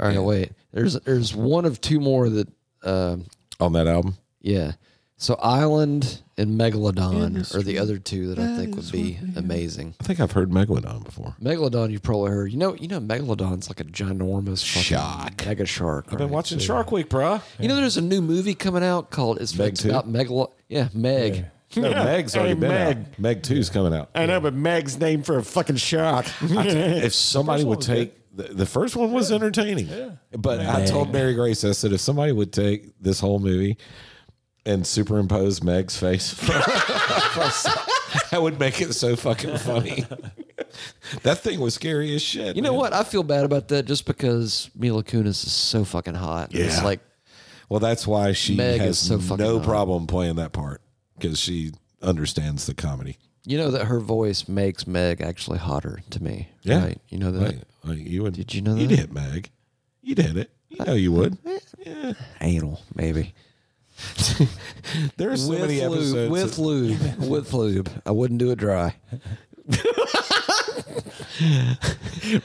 [SPEAKER 2] All right, Oh, no, wait. There's there's one of two more that. um
[SPEAKER 1] on that album.
[SPEAKER 2] yeah. So Island and Megalodon are the other two that I think would be amazing.
[SPEAKER 1] I think I've heard Megalodon before.
[SPEAKER 2] Megalodon, you've probably heard. You know, you know, Megalodon's like a ginormous fucking
[SPEAKER 1] Shark.
[SPEAKER 2] mega shark.
[SPEAKER 1] I've been watching Shark Week, bruh.
[SPEAKER 2] You know, there's a new movie coming out called it's,
[SPEAKER 1] Meg
[SPEAKER 2] it's
[SPEAKER 1] 2?
[SPEAKER 2] about Megalo. Yeah, Meg.
[SPEAKER 1] No, Meg's already been out. Meg 2's coming out.
[SPEAKER 8] I know, but Meg's named for a fucking shark.
[SPEAKER 1] If somebody would take the, the first one was entertaining, but I told Mary Grace I said if somebody would take this whole movie and superimpose Meg's face, that would make it so fucking funny. that thing was scary as shit.
[SPEAKER 2] You know what? I feel bad about that just because Mila Kunis is so fucking hot. Yeah. It's
[SPEAKER 1] Yeah.
[SPEAKER 2] like
[SPEAKER 1] Well, that's why she
[SPEAKER 2] Meg
[SPEAKER 1] has
[SPEAKER 2] is so fucking
[SPEAKER 1] no
[SPEAKER 2] hot.
[SPEAKER 1] problem playing that part because she understands the comedy.
[SPEAKER 2] you know that her voice makes Meg actually hotter to me.
[SPEAKER 1] Yeah.
[SPEAKER 2] Right? You know that.
[SPEAKER 1] Right. Like, you would,
[SPEAKER 2] Uh, Did you know
[SPEAKER 1] You'd
[SPEAKER 2] that? Uh,
[SPEAKER 1] hit Meg. You'd hit it. You know you would.
[SPEAKER 2] Anal, maybe.
[SPEAKER 1] There's so
[SPEAKER 2] with
[SPEAKER 1] many
[SPEAKER 2] lube,
[SPEAKER 1] episodes.
[SPEAKER 2] with lube, with lube. I wouldn't do it dry.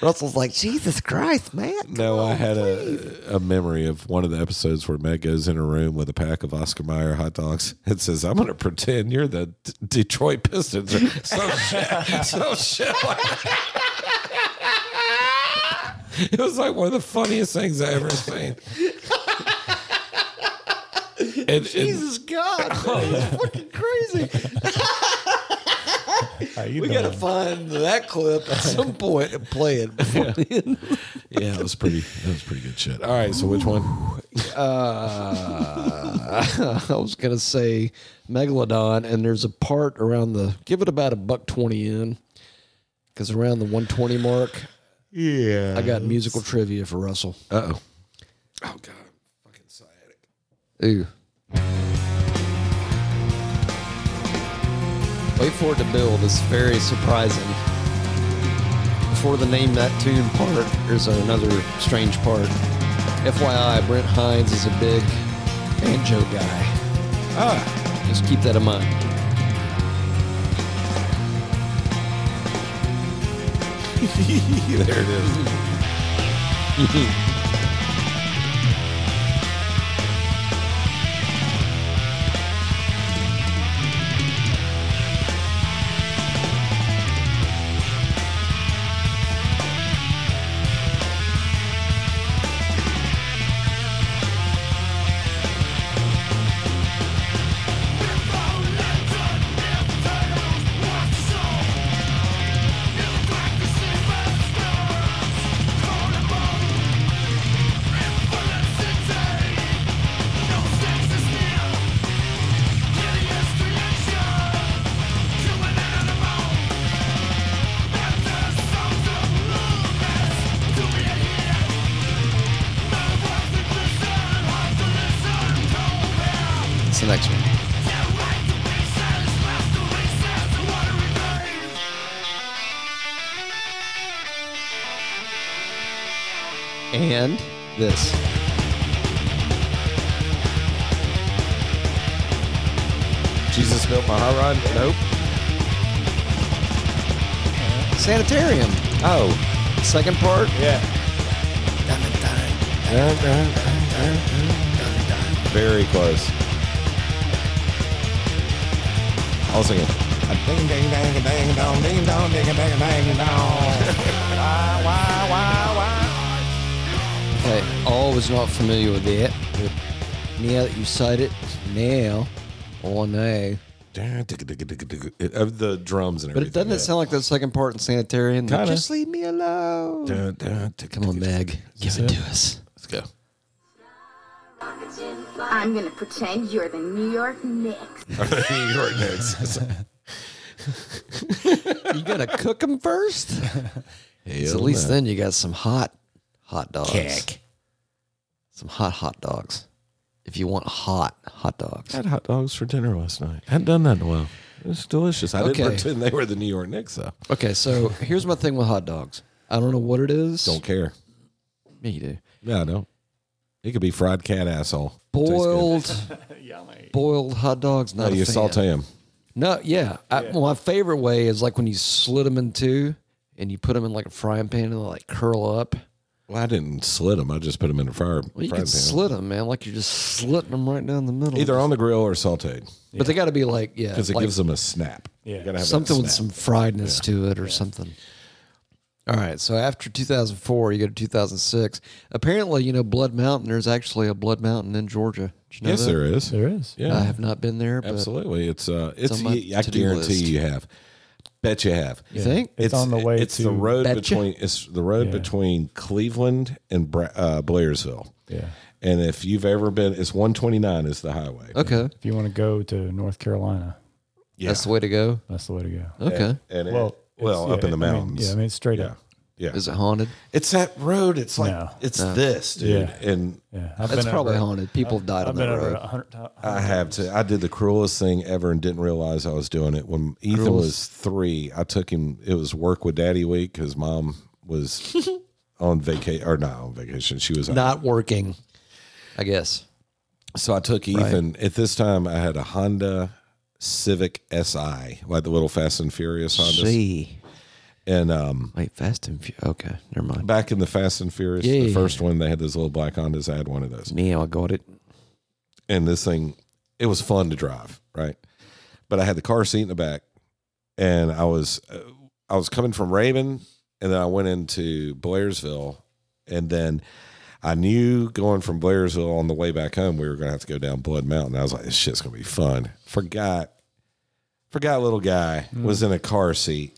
[SPEAKER 2] Russell's like, Jesus Christ, man.
[SPEAKER 1] no, I had a, a memory of one of the episodes where Meg goes in a room with a pack of Oscar Mayer hot dogs and says, "I'm going to pretend you're the D- Detroit Pistons." Or some shit, some shit like that. It was like one of the funniest things I ever seen. And, Jesus
[SPEAKER 2] God, man, fucking crazy.
[SPEAKER 3] How you
[SPEAKER 2] We
[SPEAKER 3] doing?
[SPEAKER 2] gotta find that clip at some point and play it. before the end.
[SPEAKER 1] Yeah, it was pretty. That was pretty good shit. All right, so which one?
[SPEAKER 2] Uh, I was gonna say Megalodon, and there's a part around the give it about a buck twenty in, because around the one twenty mark,
[SPEAKER 8] yeah.
[SPEAKER 2] I got musical trivia for Russell.
[SPEAKER 1] Uh oh.
[SPEAKER 2] Ooh. Wait for it to build. It's very surprising. Before the name that tune part, there's another strange part. FYI, Brent Hines is a big banjo guy. Ah. Just keep that in mind.
[SPEAKER 1] there it is.
[SPEAKER 2] It's the next one. And this.
[SPEAKER 1] Jesus built my high rod. Nope.
[SPEAKER 2] Sanitarium.
[SPEAKER 1] Oh,
[SPEAKER 2] Second part.
[SPEAKER 1] yeah. Very close. I was thinking. Ding ding ding ding dong ding dong ding ding ding dong.
[SPEAKER 2] Okay. All was not familiar with that. But now that you cite it, now, oh no.
[SPEAKER 1] Of the drums and everything.
[SPEAKER 2] But it doesn't it sound like that second part in Sanitarium?
[SPEAKER 1] Kinda.
[SPEAKER 2] Just leave me alone. Come on, Meg. Give it to us.
[SPEAKER 1] Let's go.
[SPEAKER 9] I'm gonna pretend you're the New York Knicks.
[SPEAKER 1] New York Knicks.
[SPEAKER 2] You gotta cook them first. 'Cause at least then you got some hot hot dogs. Some hot hot dogs. If you want hot hot dogs.
[SPEAKER 1] had hot dogs for dinner last night. Hadn't done that in a while. It was delicious. I
[SPEAKER 2] Okay.
[SPEAKER 1] didn't pretend they were the New York Knicks though.
[SPEAKER 2] Okay, so here's my thing with hot dogs. I don't know what it is.
[SPEAKER 1] Don't care.
[SPEAKER 2] me you do.
[SPEAKER 1] Yeah, I know. It could be fried cat asshole. Tastes good.
[SPEAKER 2] Boiled boiled hot dogs. Not
[SPEAKER 1] Oh,
[SPEAKER 2] a
[SPEAKER 1] you
[SPEAKER 2] fan.
[SPEAKER 1] saute them.
[SPEAKER 2] No, yeah. I, well, my favorite way is like when you slit them in two and you put them in like a frying pan and they like curl up.
[SPEAKER 1] Well, I didn't slit them. I just put them in a fire.
[SPEAKER 2] Well,
[SPEAKER 1] frying
[SPEAKER 2] you can
[SPEAKER 1] pan.
[SPEAKER 2] slit them, man. Like you're just slitting them right down the middle.
[SPEAKER 1] either on the grill or sauteed
[SPEAKER 2] but they got to be like yeah,
[SPEAKER 1] because it
[SPEAKER 2] like
[SPEAKER 1] gives them a snap. You
[SPEAKER 3] Yeah.
[SPEAKER 1] gotta have that
[SPEAKER 2] something with some
[SPEAKER 1] snap.
[SPEAKER 2] friedness to it or something. All right, so after 2004, you go to 2006. Apparently, you know, Blood Mountain. There's actually a Blood Mountain in Georgia. Did you know
[SPEAKER 1] Yes,
[SPEAKER 2] that?
[SPEAKER 1] there is.
[SPEAKER 3] There is.
[SPEAKER 1] Yeah,
[SPEAKER 2] I have not been there, but
[SPEAKER 1] absolutely. It's uh, it's.
[SPEAKER 2] on my
[SPEAKER 1] y- I
[SPEAKER 2] to-do
[SPEAKER 1] guarantee
[SPEAKER 2] list.
[SPEAKER 1] you have. Bet you have.
[SPEAKER 2] you think
[SPEAKER 3] It's on the way
[SPEAKER 1] It's
[SPEAKER 3] to-
[SPEAKER 1] the road
[SPEAKER 2] Betcha?
[SPEAKER 1] between. It's the road between Cleveland and Bra- uh, Blairsville.
[SPEAKER 3] Yeah.
[SPEAKER 1] And if you've ever been, it's 129 is the highway.
[SPEAKER 2] okay,
[SPEAKER 3] If you want to go to North Carolina,
[SPEAKER 1] Yeah.
[SPEAKER 2] that's the way to go.
[SPEAKER 3] that's the way to go.
[SPEAKER 2] Okay,
[SPEAKER 1] and it-
[SPEAKER 3] Well,
[SPEAKER 1] well,
[SPEAKER 3] it's-
[SPEAKER 1] up
[SPEAKER 3] yeah,
[SPEAKER 1] in the
[SPEAKER 3] I mean,
[SPEAKER 1] mountains.
[SPEAKER 3] yeah, I mean, it's straight up.
[SPEAKER 1] yeah, yeah.
[SPEAKER 2] is it haunted?
[SPEAKER 1] It's that road. It's like
[SPEAKER 3] No.
[SPEAKER 1] it's this, dude.
[SPEAKER 3] Yeah.
[SPEAKER 1] And
[SPEAKER 3] Yeah, I've
[SPEAKER 2] That's
[SPEAKER 3] been
[SPEAKER 2] probably
[SPEAKER 3] over-
[SPEAKER 2] haunted. People have died
[SPEAKER 3] I've
[SPEAKER 2] on
[SPEAKER 3] been
[SPEAKER 2] that
[SPEAKER 3] over
[SPEAKER 2] road.
[SPEAKER 3] a hundred times.
[SPEAKER 1] I have to. I did the cruelest thing ever and didn't realize I was doing it. When Ethan was three, I took him. It was work with Daddy week. His mom was on vacation or not on vacation. She was out.
[SPEAKER 2] Not working, I guess.
[SPEAKER 1] So I took Ethan. At this time, I had a Honda Civic Si, like the little Fast and Furious Honda.
[SPEAKER 2] See,
[SPEAKER 1] And um,
[SPEAKER 2] wait, Fast and Furious. Okay, never mind.
[SPEAKER 1] back in the Fast and Furious,
[SPEAKER 2] Yeah,
[SPEAKER 1] the
[SPEAKER 2] yeah,
[SPEAKER 1] first one, they had those little black Hondas. I had one of those.
[SPEAKER 2] Now I got it.
[SPEAKER 1] and this thing it was fun to drive right but i had the car seat in the back and i was uh, i was coming from raven and then i went into blairsville and then i knew going from blairsville on the way back home we were going to have to go down blood mountain i was like this shit's going to be fun forgot forgot little guy was in a car seat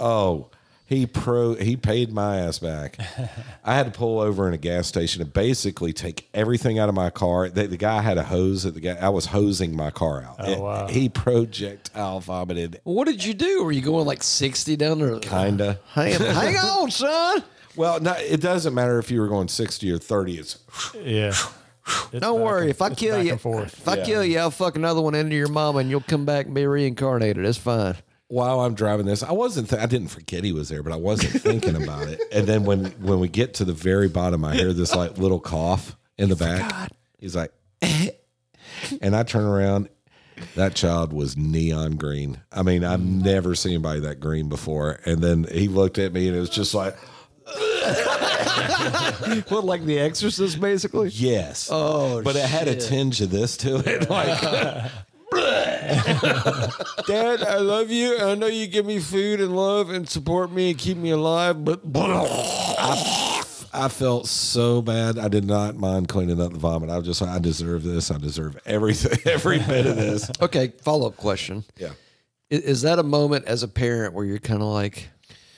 [SPEAKER 1] oh he pro he paid my ass back I had to pull over in a gas station and basically take everything out of my car. The, the guy had a hose at the guy. I was hosing my car out. It-
[SPEAKER 3] wow.
[SPEAKER 1] He projectile vomited,
[SPEAKER 2] What did you do? Were you going like 60 down there?
[SPEAKER 1] kinda.
[SPEAKER 2] Hang, hang on, son.
[SPEAKER 1] Well, no, it doesn't matter if you were going sixty or thirty. It's
[SPEAKER 3] Yeah. It's
[SPEAKER 2] Don't
[SPEAKER 3] back
[SPEAKER 2] worry.
[SPEAKER 3] and-
[SPEAKER 2] if I
[SPEAKER 3] it's
[SPEAKER 2] kill
[SPEAKER 3] back
[SPEAKER 2] you,
[SPEAKER 3] and forth.
[SPEAKER 2] if I kill you, I'll fuck another one into your mama, and you'll come back and be reincarnated. It's fine.
[SPEAKER 1] while I'm driving this, I wasn't. Th- I didn't forget he was there, but I wasn't thinking about it. And then when when we get to the very bottom, I hear this like little cough in the back. He's like, and I turn around, That child was neon green. I mean, I've never seen anybody that green before. And then he looked at me and it was just like,
[SPEAKER 2] what, like The Exorcist, basically?
[SPEAKER 1] yes.
[SPEAKER 2] Oh,
[SPEAKER 1] but it had a tinge of this to it. Like,
[SPEAKER 2] Dad, I love you. I know you give me food and love and support me and keep me alive, but
[SPEAKER 1] I felt so bad. I did not mind cleaning up the vomit. I was just like, I deserve this. I deserve everything, every bit of this.
[SPEAKER 2] okay. Follow up question:
[SPEAKER 1] Yeah.
[SPEAKER 2] I- Is, that a moment as a parent where you're kind of like,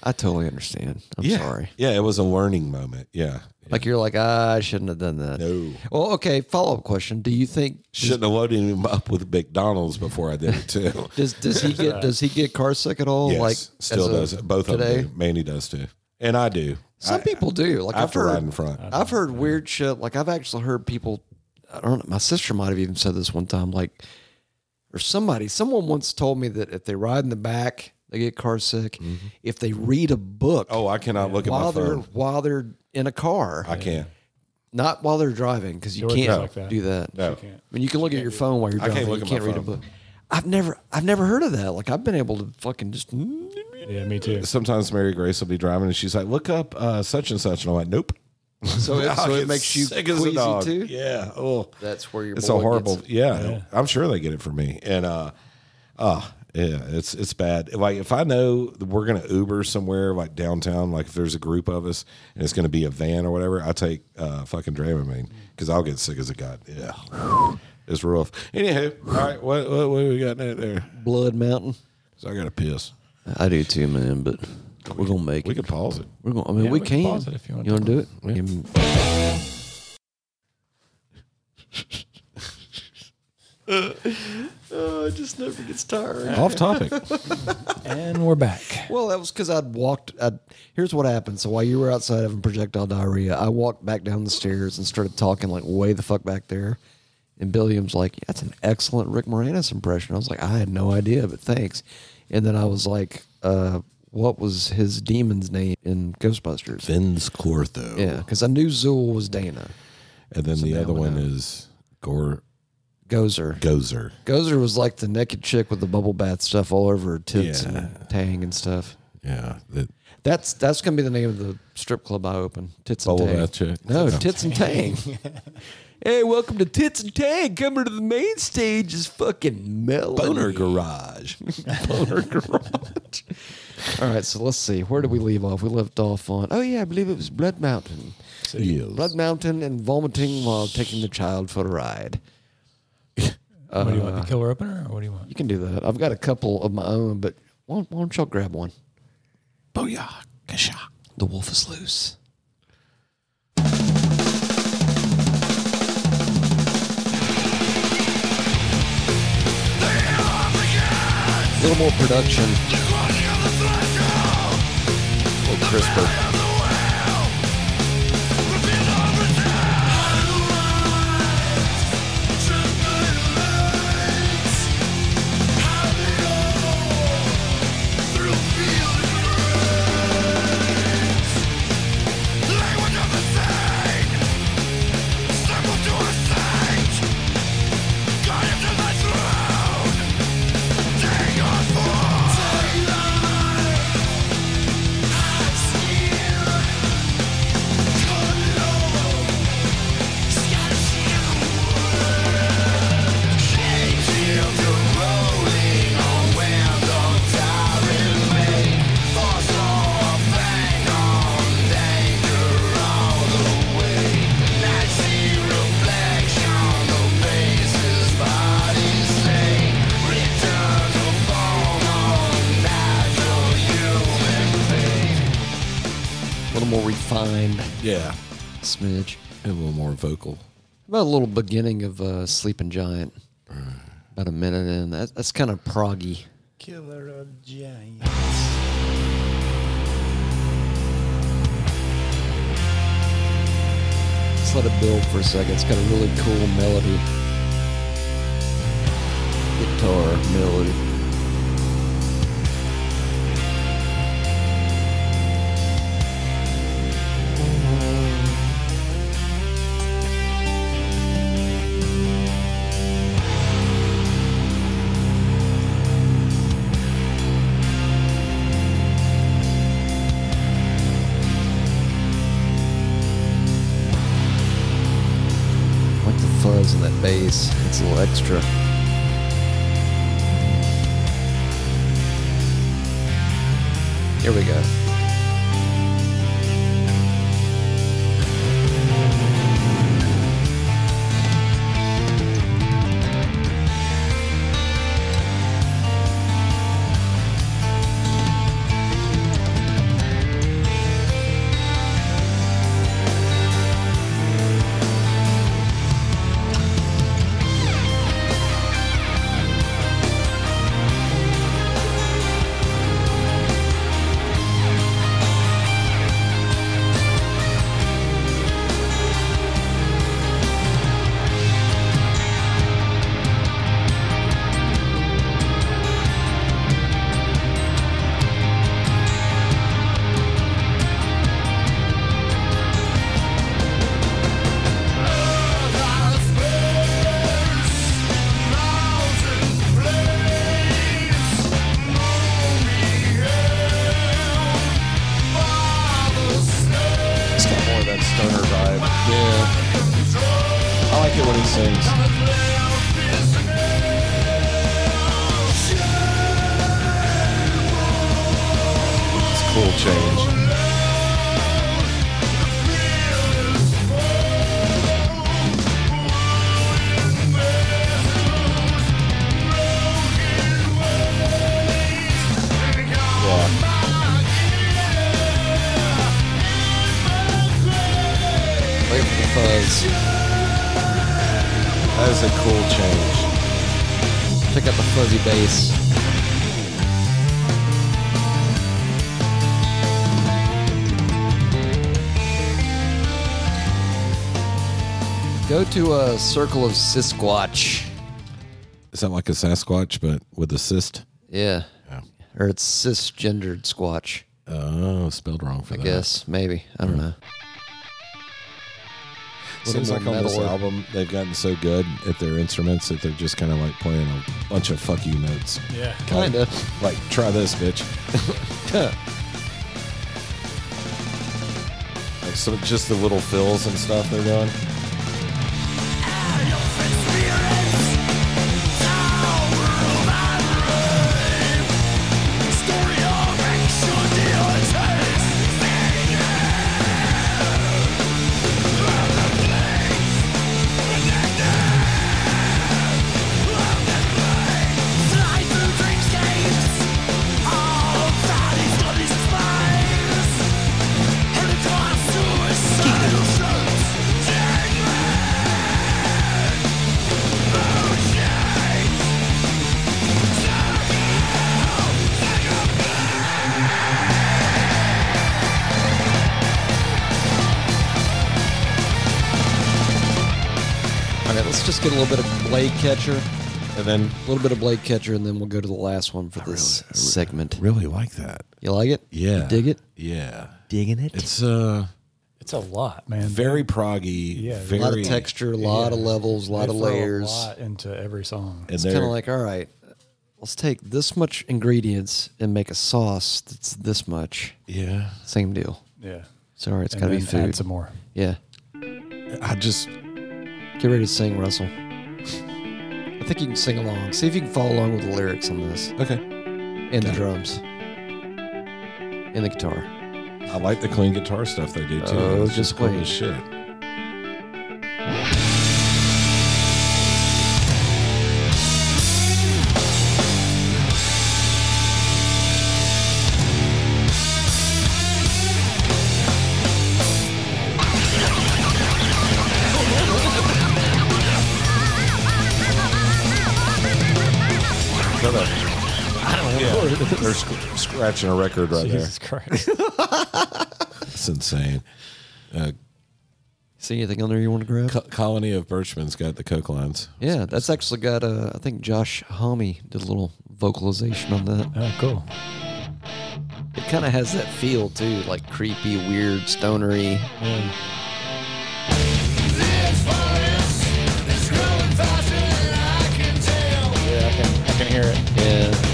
[SPEAKER 2] I totally understand. I'm
[SPEAKER 1] yeah.
[SPEAKER 2] sorry.
[SPEAKER 1] Yeah. It was a learning moment. Yeah.
[SPEAKER 2] Like you're like, ah, I shouldn't have done that.
[SPEAKER 1] No.
[SPEAKER 2] Well, okay. Follow up question: Do you think
[SPEAKER 1] Shouldn't have loaded him up with McDonald's before I did it too.
[SPEAKER 2] does does he get does he get car sick at all?
[SPEAKER 1] yes,
[SPEAKER 2] like
[SPEAKER 1] still
[SPEAKER 2] as
[SPEAKER 1] does.
[SPEAKER 2] of
[SPEAKER 1] it. Both
[SPEAKER 2] today?
[SPEAKER 1] of them. Do. Mandy does too, and I do.
[SPEAKER 2] Some
[SPEAKER 1] I-
[SPEAKER 2] people do. Like
[SPEAKER 1] I have
[SPEAKER 2] I've
[SPEAKER 1] to ride
[SPEAKER 2] heard,
[SPEAKER 1] in front.
[SPEAKER 2] I've heard weird shit. Like I've actually heard people. I don't know. My sister might have even said this one time. Like, or somebody, someone once told me that if they ride in the back, they get car sick. If they read a book,
[SPEAKER 1] Mm-hmm. Oh, I cannot look at my
[SPEAKER 2] while they're
[SPEAKER 1] phone.
[SPEAKER 2] while they're in a car,
[SPEAKER 1] I can't.
[SPEAKER 2] not while they're driving, because you
[SPEAKER 3] Doors
[SPEAKER 2] can't
[SPEAKER 3] like that.
[SPEAKER 2] do that.
[SPEAKER 1] No.
[SPEAKER 3] can't.
[SPEAKER 2] I mean, you can look at your phone while you're
[SPEAKER 1] I can't look
[SPEAKER 2] driving. you
[SPEAKER 1] at my
[SPEAKER 2] can't read a
[SPEAKER 1] phone.
[SPEAKER 2] book. I've never, I've never heard of that. Like I've been able to fucking just.
[SPEAKER 3] Yeah, me too.
[SPEAKER 1] Sometimes Mary Grace will be driving, and she's like, "Look up uh, such and such," and I'm like, "Nope."
[SPEAKER 2] So it,
[SPEAKER 1] I'll
[SPEAKER 2] Oh, so it
[SPEAKER 1] get
[SPEAKER 2] makes you
[SPEAKER 1] sick as a
[SPEAKER 2] queasy
[SPEAKER 1] dog.
[SPEAKER 2] too.
[SPEAKER 1] Yeah. Oh,
[SPEAKER 2] That's where your
[SPEAKER 1] it's
[SPEAKER 2] boy
[SPEAKER 1] a
[SPEAKER 2] gets
[SPEAKER 1] horrible.
[SPEAKER 2] it.
[SPEAKER 1] Yeah, I'm sure they get it from me. And uh, oh, yeah, it's it's bad. Like if I know that we're gonna Uber somewhere, like downtown, like if there's a group of us and it's gonna be a van or whatever, I take uh fucking Dramamine because I'll get sick as a god. Yeah, it's rough. Anywho, all right, what what, what do we got next there?
[SPEAKER 2] Blood Mountain.
[SPEAKER 1] So I got to piss.
[SPEAKER 2] I do too, man. But we're gonna make
[SPEAKER 1] We
[SPEAKER 2] it.
[SPEAKER 1] could pause it.
[SPEAKER 2] We're gonna. I mean,
[SPEAKER 3] Yeah,
[SPEAKER 2] we,
[SPEAKER 3] we can
[SPEAKER 2] can.
[SPEAKER 3] pause it if you want
[SPEAKER 2] You
[SPEAKER 3] to.
[SPEAKER 2] want to do it? You- Oh,
[SPEAKER 1] Off topic.
[SPEAKER 3] And we're back.
[SPEAKER 2] Well, that was because I'd walked. I'd, here's what happened. So while you were outside having projectile diarrhea, I walked back down the stairs and started talking like way the fuck back there. And Billiam's like, "That's an excellent Rick Moranis impression." I was like, "I had no idea, but thanks." And then I was like, uh, "What was his demon's name in Ghostbusters?"
[SPEAKER 1] Ben's Cortho.
[SPEAKER 2] Yeah, because I knew Zool was Dana
[SPEAKER 1] And then the
[SPEAKER 2] now
[SPEAKER 1] other
[SPEAKER 2] we
[SPEAKER 1] one
[SPEAKER 2] know.
[SPEAKER 1] is Gore
[SPEAKER 2] Gozer.
[SPEAKER 1] Gozer.
[SPEAKER 2] Gozer was like the naked chick with the bubble bath stuff all over her tits and tang and stuff.
[SPEAKER 1] Yeah. That
[SPEAKER 2] That's that's gonna be the name of the strip club I open. Tits and
[SPEAKER 1] Bubble
[SPEAKER 2] Tang.
[SPEAKER 1] bath chick?
[SPEAKER 2] No,
[SPEAKER 1] No.
[SPEAKER 2] Oh, tits and tang. hey, welcome to Tits and Tang. Coming to the main stage is fucking melon.
[SPEAKER 1] boner garage.
[SPEAKER 2] Boner garage. All right, so let's see. Where did we leave off? We left off on. Oh yeah, I believe it was Blood Mountain.
[SPEAKER 1] Yes.
[SPEAKER 2] Blood Mountain and vomiting while taking the child for a ride.
[SPEAKER 3] what do you
[SPEAKER 2] Uh,
[SPEAKER 3] want? The killer opener or what do you want?
[SPEAKER 2] You can do that. I've got a couple of my own, but why don't, why don't y'all grab one?
[SPEAKER 1] Booyah. Kasha.
[SPEAKER 2] The wolf is loose. A little more production.
[SPEAKER 1] Crisper.
[SPEAKER 2] A little more refined
[SPEAKER 1] Yeah.
[SPEAKER 2] smidge.
[SPEAKER 1] And a little more vocal.
[SPEAKER 2] About a little beginning of uh, Sleeping Giant. About a minute in. That, that's kind of proggy.
[SPEAKER 3] Killer of Giants.
[SPEAKER 2] Let's let it build for a second. It's got a really cool melody. Guitar melody. fuzz in that bass. It's a little extra. Here we go.
[SPEAKER 1] It's got more of that stoner vibe. Yeah. I like it when he sings. It's a cool change. Yeah.
[SPEAKER 2] Wait for the fuzz.
[SPEAKER 1] That is a cool change.
[SPEAKER 2] Check out the fuzzy bass. Go to a circle of Sisquatch.
[SPEAKER 1] Is that like a Sasquatch, but with a cyst?
[SPEAKER 2] Yeah.
[SPEAKER 1] Yeah.
[SPEAKER 2] Or it's cisgendered Squatch,
[SPEAKER 1] Oh, spelled wrong for
[SPEAKER 2] I
[SPEAKER 1] that.
[SPEAKER 2] guess. Maybe. I
[SPEAKER 1] Hmm.
[SPEAKER 2] don't know.
[SPEAKER 1] Seems
[SPEAKER 2] Little
[SPEAKER 1] like
[SPEAKER 2] more
[SPEAKER 1] on this
[SPEAKER 2] metal.
[SPEAKER 1] album, they've gotten so good at their instruments that they're just kind of like playing a bunch of fuck you notes.
[SPEAKER 3] Yeah.
[SPEAKER 1] Like-
[SPEAKER 2] Kinda.
[SPEAKER 1] Like, try this, bitch. like, so just the little fills and stuff they're doing.
[SPEAKER 2] All right, let's just get a little bit of Blade Catcher.
[SPEAKER 1] And then,
[SPEAKER 2] A little bit of Blade Catcher, and then we'll go to the last one for this segment.
[SPEAKER 1] really like that.
[SPEAKER 2] You like it?
[SPEAKER 1] Yeah.
[SPEAKER 2] Dig it?
[SPEAKER 1] Yeah.
[SPEAKER 2] Digging it.
[SPEAKER 1] It's uh
[SPEAKER 3] It's a lot, man.
[SPEAKER 1] very proggy.
[SPEAKER 3] Yeah,
[SPEAKER 1] very,
[SPEAKER 2] a lot of texture, a lot of
[SPEAKER 3] Yeah.
[SPEAKER 2] levels, a lot
[SPEAKER 3] They
[SPEAKER 2] of
[SPEAKER 3] throw
[SPEAKER 2] layers.
[SPEAKER 3] A lot into every song.
[SPEAKER 1] And
[SPEAKER 2] It's
[SPEAKER 1] they're
[SPEAKER 2] kind of like, all right, let's take this much ingredients and make a sauce that's this much.
[SPEAKER 1] yeah.
[SPEAKER 2] Same deal.
[SPEAKER 3] Yeah.
[SPEAKER 2] So, all right, it's
[SPEAKER 3] And
[SPEAKER 2] got to be
[SPEAKER 3] then add
[SPEAKER 2] food.
[SPEAKER 3] some more.
[SPEAKER 2] yeah.
[SPEAKER 1] I just
[SPEAKER 2] Get ready to sing, Russell. I think you can sing along. See if you can follow along with the lyrics on this
[SPEAKER 1] okay.
[SPEAKER 2] and the drums and the guitar.
[SPEAKER 1] I like the clean guitar stuff they do too.
[SPEAKER 2] Oh,
[SPEAKER 1] It's
[SPEAKER 2] just
[SPEAKER 1] cool
[SPEAKER 2] wait.
[SPEAKER 1] as shit. Shut up. Yeah, they're sc- scratching a record right there.
[SPEAKER 3] Jesus Christ.
[SPEAKER 1] It's insane.
[SPEAKER 2] See anything on there you want to grab?
[SPEAKER 1] Co- Colony of Birchman's got the Coke lines.
[SPEAKER 2] Yeah, that's actually got, uh, I think Josh Homme did a little vocalization on that.
[SPEAKER 3] oh, cool.
[SPEAKER 2] It kind of has that feel too, like creepy, weird, stonery.
[SPEAKER 1] Mm.
[SPEAKER 2] Uh,
[SPEAKER 3] Yeah, I can, I can hear it.
[SPEAKER 2] Yeah.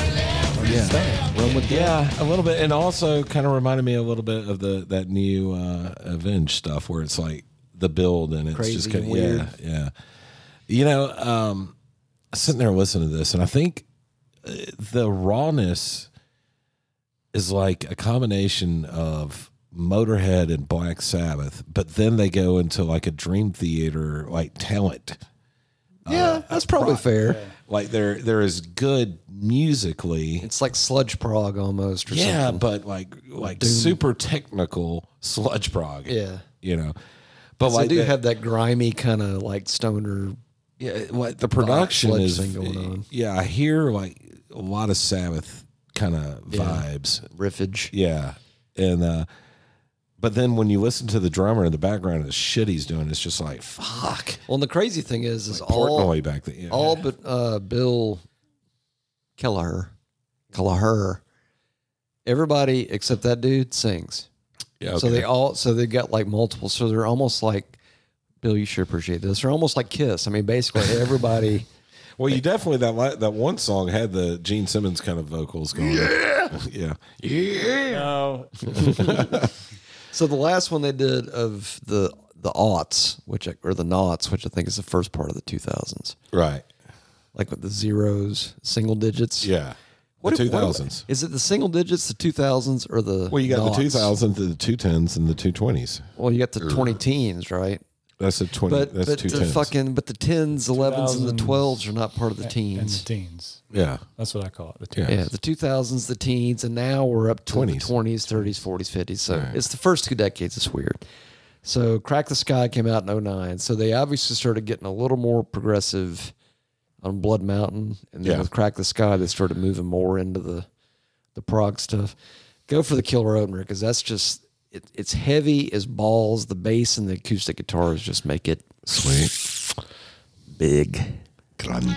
[SPEAKER 3] stuff.
[SPEAKER 1] Run with yeah, a little bit, and also kind of reminded me a little bit of the that new uh, Avenge stuff where it's like the build and it's
[SPEAKER 2] Crazy
[SPEAKER 1] just kind of
[SPEAKER 2] and weird.
[SPEAKER 1] yeah, yeah. You know, um, I was sitting there listening to this, and I think uh, the rawness is like a combination of Motorhead and Black Sabbath, but then they go into like a Dream Theater like talent.
[SPEAKER 2] yeah, that's probably fair.
[SPEAKER 1] Like they're they're as good musically
[SPEAKER 2] It's like sludge prog almost or
[SPEAKER 1] yeah,
[SPEAKER 2] something.
[SPEAKER 1] but like like super technical sludge prog.
[SPEAKER 2] Yeah.
[SPEAKER 1] you know, but
[SPEAKER 2] So
[SPEAKER 1] like
[SPEAKER 2] I do
[SPEAKER 1] the,
[SPEAKER 2] have that grimy kind of like stoner.
[SPEAKER 1] yeah, like the production
[SPEAKER 2] sludge
[SPEAKER 1] is eh,
[SPEAKER 2] thing going on.
[SPEAKER 1] yeah. I hear like a lot of Sabbath kind of vibes.
[SPEAKER 2] riffage.
[SPEAKER 1] Yeah, and uh but then when you listen to the drummer in the background and the shit he's doing, it's just like fuck
[SPEAKER 2] Well, and the crazy thing is, is all
[SPEAKER 1] Portnoy back then. Yeah.
[SPEAKER 2] all but uh, Bill Kelleher, Kelleher, everybody except that dude sings.
[SPEAKER 1] yeah,
[SPEAKER 2] So they
[SPEAKER 1] okay.
[SPEAKER 2] all so they got like multiple. So they're almost like Bill. You should appreciate this. They're almost like Kiss. I mean, basically everybody.
[SPEAKER 1] well, you definitely that li- that one song had the Gene Simmons kind of vocals going. Yeah, yeah,
[SPEAKER 3] No,
[SPEAKER 2] So the last one they did of the the aughts, which I, or the noughts, which I think is the first part of the two thousands,
[SPEAKER 1] right,
[SPEAKER 2] like with the zeros, single digits.
[SPEAKER 1] yeah.
[SPEAKER 2] What
[SPEAKER 1] the
[SPEAKER 2] if-
[SPEAKER 1] two
[SPEAKER 2] what if-
[SPEAKER 1] thousands.
[SPEAKER 2] Is it the single digits, the two thousands, or the?
[SPEAKER 1] Well, you got
[SPEAKER 2] noughts?
[SPEAKER 1] the 2000s, the 210s, and the 220s.
[SPEAKER 2] Well, you got the twenty teens, right?
[SPEAKER 1] That's a 20.
[SPEAKER 2] But
[SPEAKER 1] that's
[SPEAKER 2] but
[SPEAKER 1] two
[SPEAKER 2] the
[SPEAKER 1] tens.
[SPEAKER 2] fucking but the tens, elevens, and the
[SPEAKER 3] 2000s.
[SPEAKER 2] twelves are not part of the
[SPEAKER 3] and the
[SPEAKER 2] teens.
[SPEAKER 3] teens.
[SPEAKER 1] yeah.
[SPEAKER 3] That's what I call it. The teens.
[SPEAKER 2] Yeah, the two thousands, the teens, and now we're up to
[SPEAKER 1] 20s.
[SPEAKER 2] twenties, thirties, forties, fifties. So it's the first two decades. It's weird. So Crack the Sky came out in 09. So they obviously started getting a little more progressive on Blood Mountain, and then
[SPEAKER 1] Yeah.
[SPEAKER 2] with Crack the Sky, they started moving more into the the prog stuff. Go for the killer opener because that's just it, it's heavy as balls. The bass and the acoustic guitars just make it
[SPEAKER 1] Sweet.
[SPEAKER 2] big.
[SPEAKER 1] Grande.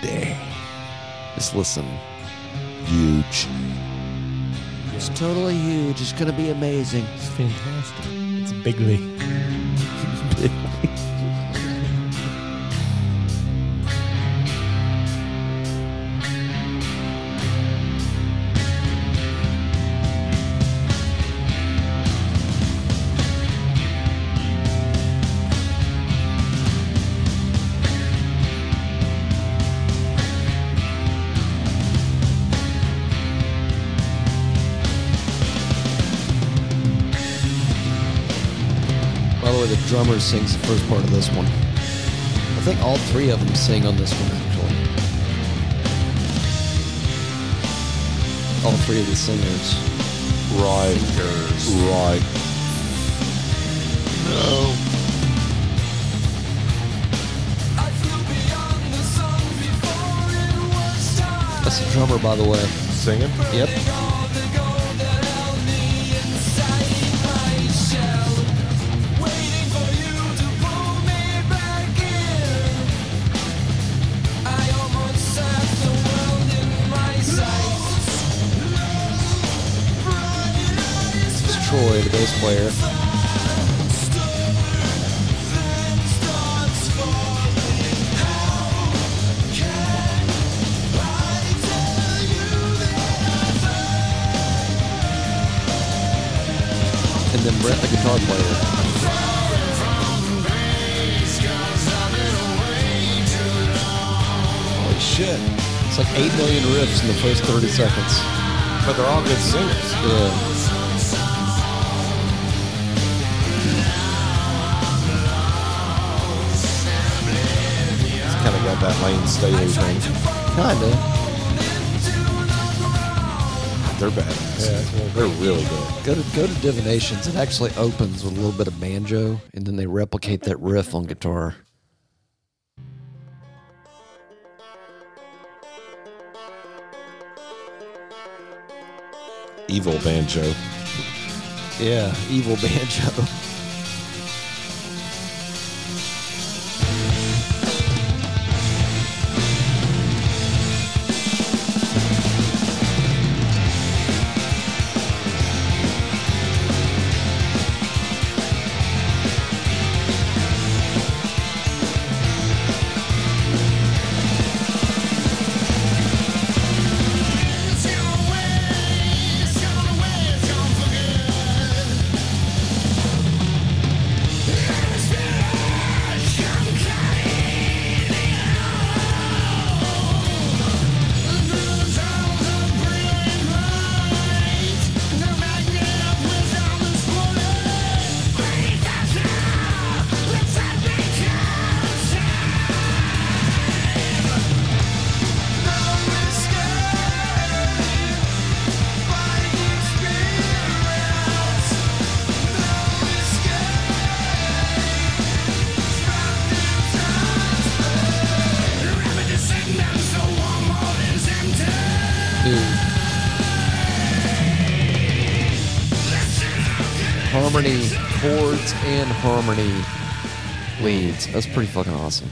[SPEAKER 2] Just listen.
[SPEAKER 1] Huge.
[SPEAKER 2] It's totally huge. It's gonna be amazing.
[SPEAKER 3] It's fantastic. It's bigly.
[SPEAKER 2] By the way, the drummer sings the first part of this one. I think all three of them sing on this one, actually. All three of the singers.
[SPEAKER 1] Right. Right.
[SPEAKER 2] That's the drummer, by the way.
[SPEAKER 1] Singing?
[SPEAKER 2] Yep. It's Troy, the bass player. and then Brett, the guitar player.
[SPEAKER 1] Holy shit.
[SPEAKER 2] It's like 8 million riffs in the first 30 seconds.
[SPEAKER 1] But they're all good singers.
[SPEAKER 2] Yeah.
[SPEAKER 1] It's kind of got that Lane Staley thing.
[SPEAKER 2] Kinda.
[SPEAKER 1] They're badass. they're really good.
[SPEAKER 2] Go to, go to Divinations. It actually opens with a little bit of banjo, and then they replicate that riff on guitar.
[SPEAKER 1] Evil banjo.
[SPEAKER 2] Yeah, evil banjo. harmony, chords and harmony leads. That's pretty fucking awesome.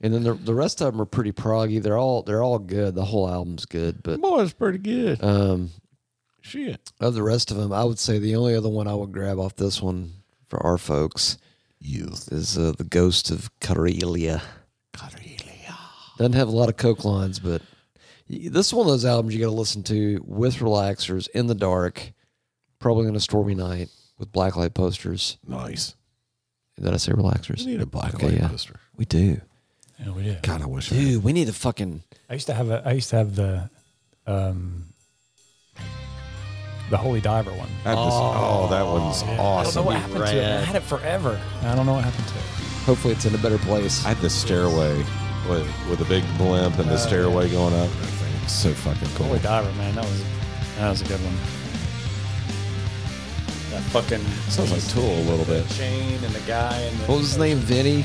[SPEAKER 2] And then the, the rest of them are pretty proggy. They're all they're all good. The whole album's good, but
[SPEAKER 1] Boy, it's pretty good.
[SPEAKER 2] um,
[SPEAKER 1] Shit.
[SPEAKER 2] of the rest of them, I would say the only other one I would grab off this one for our folks
[SPEAKER 1] Youth.
[SPEAKER 2] is uh, the Ghost of Karelia. Karelia doesn't have a lot of coke lines, but y- this is one of those albums you got to listen to with relaxers in the dark, probably on a stormy night with blacklight posters.
[SPEAKER 1] Nice.
[SPEAKER 2] Did I say relaxers?
[SPEAKER 1] We need a black
[SPEAKER 2] Okay,
[SPEAKER 1] light
[SPEAKER 2] yeah.
[SPEAKER 1] poster.
[SPEAKER 2] We do.
[SPEAKER 3] Oh, Yeah, we did.
[SPEAKER 1] God, I wish I
[SPEAKER 2] Dude, we need a fucking.
[SPEAKER 3] I used to have a. I used to have the, um, the Holy Diver one.
[SPEAKER 1] had this. Oh, that one's awesome. I,
[SPEAKER 3] happened to it. man. I had it forever. And I don't know what happened to it.
[SPEAKER 2] Hopefully, it's in a better place.
[SPEAKER 1] had the stairway with, with a big blimp and the stairway going up. That thing's So fucking cool.
[SPEAKER 3] Holy Diver, man, that was that was a good one. That fucking
[SPEAKER 1] Sounds like Tool a little bit.
[SPEAKER 3] chain and the guy and the,
[SPEAKER 2] What was his name? Vinny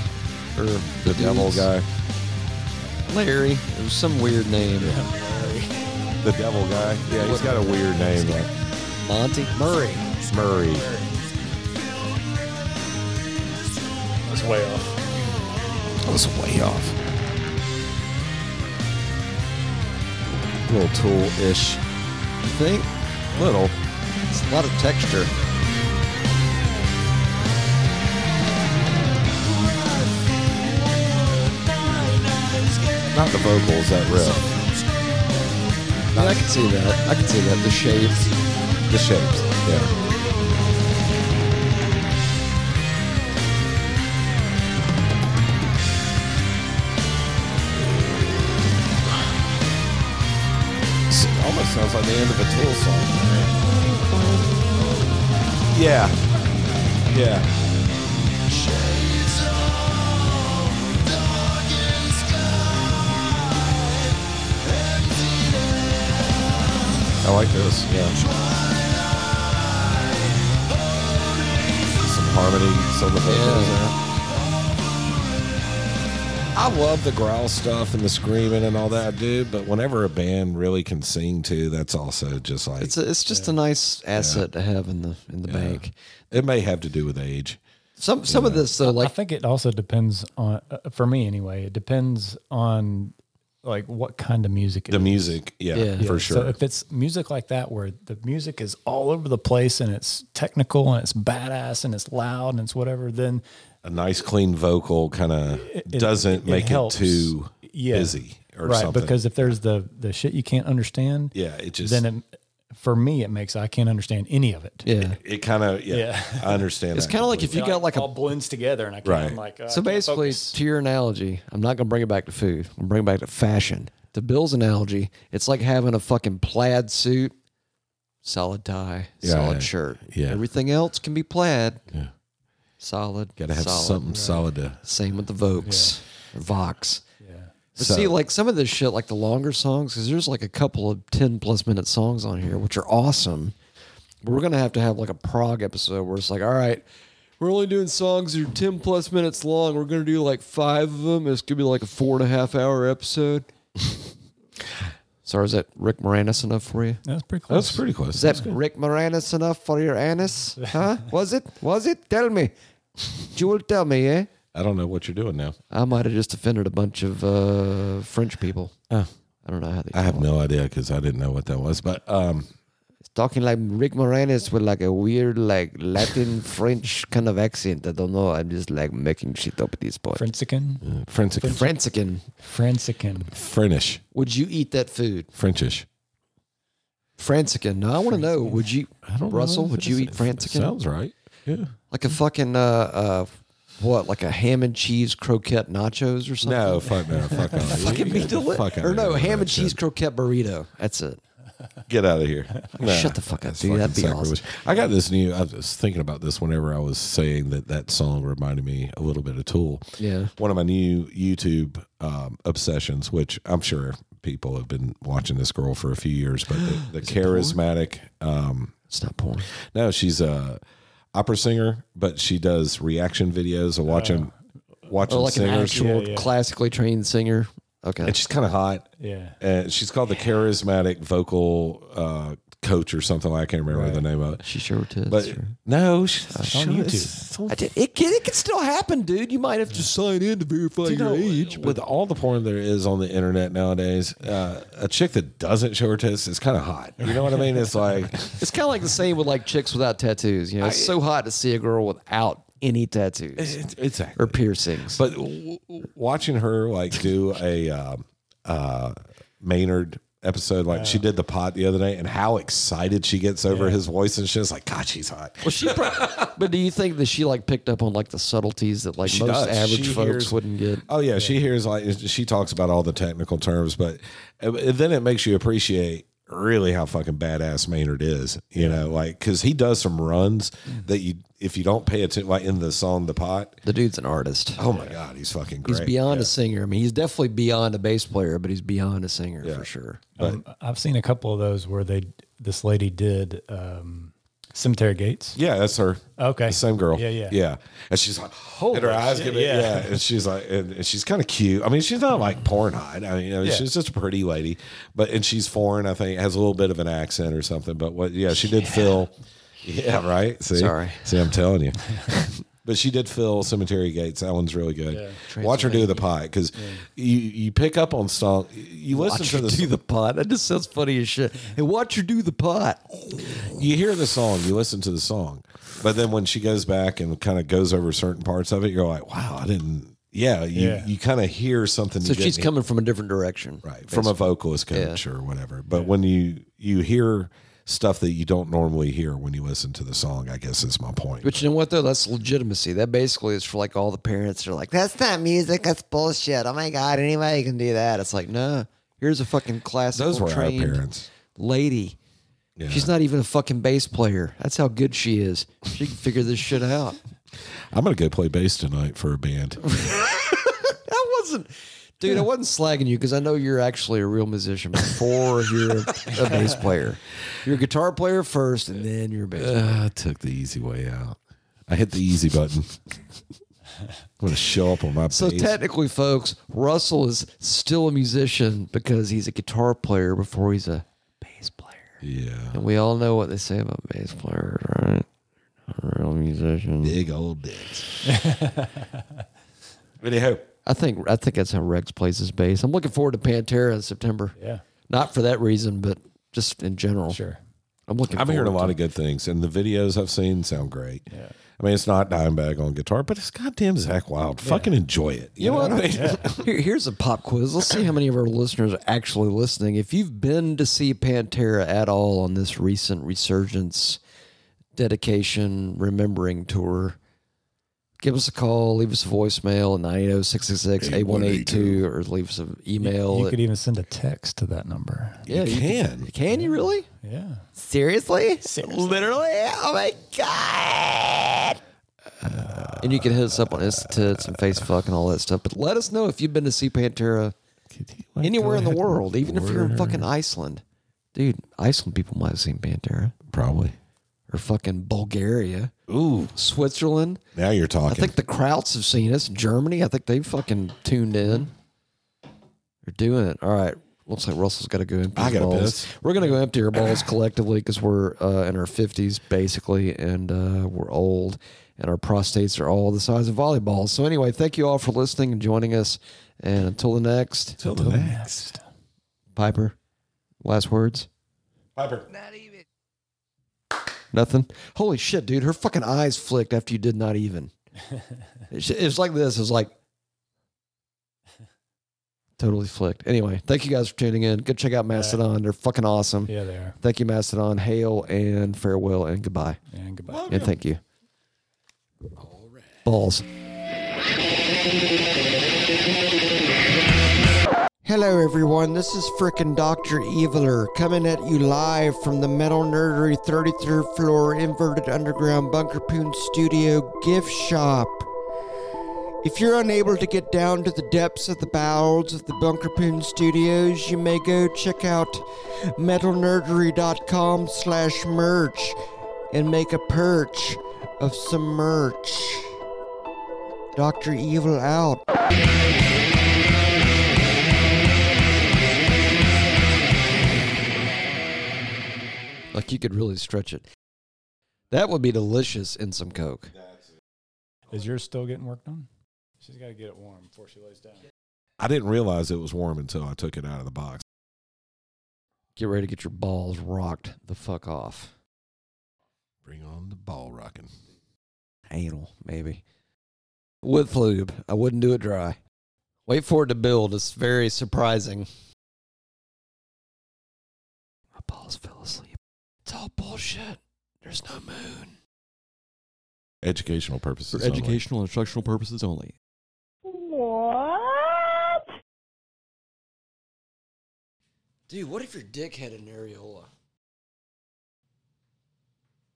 [SPEAKER 2] or
[SPEAKER 1] The devil
[SPEAKER 2] dudes?
[SPEAKER 1] guy.
[SPEAKER 2] Larry. It was some weird name.
[SPEAKER 1] The devil guy. Yeah, he's got a weird name. Like
[SPEAKER 2] Monty Murray.
[SPEAKER 1] Murray.
[SPEAKER 3] That was way off.
[SPEAKER 1] That was way off. Little Tool-ish.
[SPEAKER 2] You think?
[SPEAKER 1] Little.
[SPEAKER 2] It's a lot of texture.
[SPEAKER 1] Not the vocals, that riff.
[SPEAKER 2] Yeah, I can see that. I can see that. The shape.
[SPEAKER 1] The shapes. Yeah. S- Almost sounds like the end of a Tool song. Yeah. Yeah. I like this. Yeah. Some harmony, some of the vocals
[SPEAKER 2] Yeah.
[SPEAKER 1] there. I love the growl stuff and the screaming and all that, dude. But whenever a band really can sing too, that's also just like
[SPEAKER 2] It's a, it's just a nice asset to have in the in the bank.
[SPEAKER 1] it may have to do with age.
[SPEAKER 2] Some some of this though,
[SPEAKER 3] I
[SPEAKER 2] like
[SPEAKER 3] think it also depends on, uh, for me anyway, it depends on like what kind of music it
[SPEAKER 1] The
[SPEAKER 3] is.
[SPEAKER 1] music, yeah,
[SPEAKER 2] Yeah.
[SPEAKER 1] for sure.
[SPEAKER 2] Yeah,
[SPEAKER 3] So if it's music like that, where the music is all over the place and it's technical and it's badass and it's loud and it's whatever, then
[SPEAKER 1] a nice clean vocal kind of
[SPEAKER 3] it-
[SPEAKER 1] doesn't
[SPEAKER 3] it
[SPEAKER 1] make it
[SPEAKER 3] helps.
[SPEAKER 1] too
[SPEAKER 3] Yeah.
[SPEAKER 1] busy or
[SPEAKER 3] right
[SPEAKER 1] something.
[SPEAKER 3] because if there's the the shit you can't understand,
[SPEAKER 1] yeah, it just
[SPEAKER 3] then it, for me it makes I can't understand any of it.
[SPEAKER 2] yeah.
[SPEAKER 1] it kind of yeah,
[SPEAKER 3] Yeah.
[SPEAKER 1] I understand.
[SPEAKER 2] It's
[SPEAKER 1] that
[SPEAKER 2] kind of like if
[SPEAKER 1] completely.
[SPEAKER 2] you got like
[SPEAKER 3] all
[SPEAKER 2] a.
[SPEAKER 3] blends together and I can't
[SPEAKER 1] Right.
[SPEAKER 3] I'm like uh, I
[SPEAKER 2] So
[SPEAKER 3] can't
[SPEAKER 2] basically,
[SPEAKER 3] focus.
[SPEAKER 2] to your analogy, I'm not gonna bring it back to food. I'm gonna bring it back to fashion. To Bill's analogy, it's like having a fucking plaid suit, solid tie,
[SPEAKER 1] Yeah,
[SPEAKER 2] solid
[SPEAKER 1] yeah,
[SPEAKER 2] shirt.
[SPEAKER 1] yeah.
[SPEAKER 2] Everything else can be plaid. Yeah. Solid.
[SPEAKER 1] gotta have
[SPEAKER 2] solid.
[SPEAKER 1] something solid to
[SPEAKER 2] Same with the Vokes, or Vox. But
[SPEAKER 1] So-
[SPEAKER 2] see, like some of this shit, like the longer songs, because there's like a couple of 10 plus minute songs on here, which are awesome. But we're going to have to have like a prog episode where it's like, all right, we're only doing songs that are 10 plus minutes long. We're going to do like five of them. It's going to be like a four and a half hour episode. Sorry, is that Rick Moranis enough for you?
[SPEAKER 3] that's pretty close.
[SPEAKER 1] That's pretty close.
[SPEAKER 2] Is that Rick Moranis enough for your anus? Huh? Was it? Was it? Tell me. Jewel, tell me, eh?
[SPEAKER 1] I don't know what you're doing now.
[SPEAKER 2] I might have just offended a bunch of uh, French people. I don't know how they.
[SPEAKER 1] Oh. I have
[SPEAKER 2] call it.
[SPEAKER 1] no idea because I didn't know what that was. But um,
[SPEAKER 2] It's talking like Rick Moranis with like a weird like Latin French kind of accent. I don't know. I'm just like making shit up at this point.
[SPEAKER 3] Francican.
[SPEAKER 1] French,
[SPEAKER 2] Francican,
[SPEAKER 3] Francican.
[SPEAKER 1] French,
[SPEAKER 2] would you eat that food?
[SPEAKER 1] Frenchish.
[SPEAKER 2] Francican. No, I want to know. Would you, Russell? Would you eat Francican?
[SPEAKER 1] Sounds right. Yeah.
[SPEAKER 2] Like a fucking uh, uh, what? Like a ham and cheese croquette nachos or something?
[SPEAKER 1] No, fuck no, fuck no.
[SPEAKER 2] Fucking be deli- Or no, ham and cheese croquette burrito. That's it.
[SPEAKER 1] Get out of here. No,
[SPEAKER 2] Shut the fuck up,
[SPEAKER 1] that's
[SPEAKER 2] dude.
[SPEAKER 1] fucking
[SPEAKER 2] That'd be awesome.
[SPEAKER 1] sacrilege. I got this new. I was thinking about this whenever I was saying that that song reminded me a little bit of Tool.
[SPEAKER 2] Yeah.
[SPEAKER 1] One of my new YouTube um, obsessions, which I'm sure people have been watching this girl for a few years, but the, the charismatic. Um,
[SPEAKER 2] It's not porn.
[SPEAKER 1] no, she's a opera singer, but she does reaction videos of watching watching
[SPEAKER 2] Oh, like an
[SPEAKER 1] singers.
[SPEAKER 2] actual
[SPEAKER 3] yeah.
[SPEAKER 2] classically trained singer. Okay.
[SPEAKER 1] and she's kind of hot.
[SPEAKER 3] Yeah.
[SPEAKER 1] And she's called the charismatic vocal uh, coach or something. I can't remember the name of it.
[SPEAKER 2] She sure tits.
[SPEAKER 1] But
[SPEAKER 2] or-
[SPEAKER 1] no, she,
[SPEAKER 3] on
[SPEAKER 1] she-
[SPEAKER 3] YouTube.
[SPEAKER 1] it's-
[SPEAKER 2] I did- it, can, it can still happen, dude. You might have to sign in to verify
[SPEAKER 1] you
[SPEAKER 2] your
[SPEAKER 1] know,
[SPEAKER 2] age. But
[SPEAKER 1] with all the porn there is on the internet nowadays, uh, a chick that doesn't show her tits is kind of hot. You know what I mean? It's like
[SPEAKER 2] it's kind of like the same with like chicks without tattoos. You know, it's so hot to see a girl without any tattoos
[SPEAKER 1] it's, exactly.
[SPEAKER 2] or piercings.
[SPEAKER 1] But w- w- watching her like do a um, uh, Maynard episode, like she did the pot the other day, and how excited she gets over his voice and shit. It's like, God, she's hot.
[SPEAKER 2] Well, she. prob- but do you think that she like picked up on like the subtleties that like
[SPEAKER 1] She does.
[SPEAKER 2] most average
[SPEAKER 1] She
[SPEAKER 2] folks
[SPEAKER 1] hears-
[SPEAKER 2] wouldn't get?
[SPEAKER 1] Oh yeah, she hears like she talks about all the technical terms, but uh, then it makes you appreciate really how fucking badass Maynard is. You know, like because he does some runs
[SPEAKER 2] Mm.
[SPEAKER 1] that you if you don't pay attention, like in the song "The Pot."
[SPEAKER 2] The dude's an artist.
[SPEAKER 1] Oh my god, he's fucking great.
[SPEAKER 2] He's beyond a singer. I mean, he's definitely beyond a bass player, but he's beyond a singer for sure.
[SPEAKER 3] Um, I've seen a couple of those where they this lady did um, Cemetery Gates.
[SPEAKER 1] Yeah, that's her.
[SPEAKER 3] Okay.
[SPEAKER 1] The same girl.
[SPEAKER 3] Yeah, yeah.
[SPEAKER 1] yeah. And she's like, and her eyes get big. Yeah.
[SPEAKER 3] yeah.
[SPEAKER 1] and she's like, and, and she's kind of cute. I mean, she's not like porn hot. I mean, you know,
[SPEAKER 3] Yeah.
[SPEAKER 1] she's just a pretty lady, but and she's foreign. I think has a little bit of an accent or something. But what? Yeah, she did feel. Yeah, right. See,
[SPEAKER 2] Sorry.
[SPEAKER 1] See, I'm telling you. But she did fill Cemetery Gates. That one's really good. Watch her do the pie because you, you pick up on song. You listen
[SPEAKER 2] Watch
[SPEAKER 1] to
[SPEAKER 2] her
[SPEAKER 1] the
[SPEAKER 2] do the pot. That just sounds funny as shit. Hey, watch her do the pot.
[SPEAKER 1] you hear the song, you listen to the song, but then when she goes back and kind of goes over certain parts of it, you're like, wow, I didn't. Yeah, you
[SPEAKER 3] Yeah.
[SPEAKER 1] you kind of hear something.
[SPEAKER 2] So
[SPEAKER 1] you didn't
[SPEAKER 2] she's
[SPEAKER 1] hear.
[SPEAKER 2] coming from a different direction,
[SPEAKER 1] right from a vocalist coach or whatever. But when you you hear stuff that you don't normally hear when you listen to the song, I guess is my point.
[SPEAKER 2] But you know what though? That's legitimacy. That basically is for like all the parents. They're like, "That's not music. That's bullshit. Oh my god, anybody can do that." It's like, no. Here's a fucking classical
[SPEAKER 1] Those were our
[SPEAKER 2] trained
[SPEAKER 1] parents.
[SPEAKER 2] lady.
[SPEAKER 1] Yeah.
[SPEAKER 2] She's not even a fucking bass player. That's how good she is. She can figure this shit out.
[SPEAKER 1] I'm gonna go play bass tonight for a band.
[SPEAKER 2] I wasn't, dude. I wasn't slagging you because I know you're actually a real musician before you're a, a bass player. You're a guitar player first, and then you're a bass. player.
[SPEAKER 1] I took the easy way out. I hit the easy button. I'm gonna show up on my
[SPEAKER 2] So
[SPEAKER 1] bass.
[SPEAKER 2] technically, folks, Russell is still a musician because he's a guitar player before he's a bass player.
[SPEAKER 1] yeah,
[SPEAKER 2] And we all know what they say about bass players, right? A real musician.
[SPEAKER 1] big old dicks. Anyhow.
[SPEAKER 2] I think I think that's how Rex plays his bass. I'm looking forward to Pantera in September.
[SPEAKER 3] Yeah.
[SPEAKER 2] Not for that reason, but just in general.
[SPEAKER 3] Sure.
[SPEAKER 2] I'm looking.
[SPEAKER 1] I'm hearing a
[SPEAKER 2] forward to
[SPEAKER 1] lot of good things, and the videos I've seen sound great. Yeah. I mean, it's not Dimebag on guitar, but it's goddamn Zach Wild. Fucking enjoy it. You, know, what I mean?
[SPEAKER 2] Here, here's a pop quiz. Let's see how many of our listeners are actually listening. If you've been to see Pantera at all on this recent resurgence dedication remembering tour, give us a call, leave us a voicemail at 980 8182 or leave us an email.
[SPEAKER 3] You
[SPEAKER 2] at-
[SPEAKER 3] could even send a text to that number.
[SPEAKER 2] yeah,
[SPEAKER 1] you can.
[SPEAKER 2] Can, can you really?
[SPEAKER 3] Yeah.
[SPEAKER 2] Seriously? Literally? Oh my God. Uh, and you can hit us up on Insta tits and Facebook and all that stuff. But let us know if you've been to see Pantera anywhere in the world, even if you're in fucking Iceland. Dude, Iceland people might have seen Pantera.
[SPEAKER 1] Probably.
[SPEAKER 2] Or fucking Bulgaria. Ooh. Switzerland.
[SPEAKER 1] Now you're
[SPEAKER 2] I
[SPEAKER 1] talking.
[SPEAKER 2] think the Krauts have seen us. Germany, I think they fucking tuned in. They're doing it. All right. Looks like Russell's got to go empty
[SPEAKER 1] I
[SPEAKER 2] his
[SPEAKER 1] gotta
[SPEAKER 2] balls.
[SPEAKER 1] piss.
[SPEAKER 2] We're going to go empty our balls collectively because we're uh, in our 50s, basically, and uh, we're old, and our prostates are all the size of volleyballs. So, anyway, thank you all for listening and joining us. And until the next,
[SPEAKER 1] Till the next.
[SPEAKER 2] Piper, last words?
[SPEAKER 1] Piper.
[SPEAKER 2] Nothing. Holy shit, dude. Her fucking eyes flicked after you did not even. It sh- it was like this. It was like totally flicked. Anyway, thank you guys for tuning in. Go check out Mastodon. They're fucking awesome.
[SPEAKER 3] Yeah, they are.
[SPEAKER 2] Thank you, Mastodon. Hail and farewell and goodbye.
[SPEAKER 3] And goodbye.
[SPEAKER 2] And thank you. Balls. Hello, everyone. This is frickin' Dr. Eviler coming at you live from the Metal Nerdery 33rd floor inverted underground Bunker Poon Studio gift shop. If you're unable to get down to the depths of the bowels of the Bunker Poon Studios, you may go check out metalnerdery.com slash merch and make a perch of some merch. Dr. Evil out. Like you could really stretch it. That would be delicious in some Coke.
[SPEAKER 3] Is yours still getting worked on? She's got to get it warm before she lays down.
[SPEAKER 1] I didn't realize it was warm until I took it out of the box.
[SPEAKER 2] Get ready to get your balls rocked the fuck off.
[SPEAKER 1] Bring on the ball rocking.
[SPEAKER 2] Anal, maybe. With lube. I wouldn't do it dry. Wait for it to build. It's very surprising. My balls fell asleep. It's all bullshit. There's no moon.
[SPEAKER 1] Educational purposes. only.
[SPEAKER 2] and instructional purposes only.
[SPEAKER 9] What?
[SPEAKER 2] Dude, what if your dick had an areola?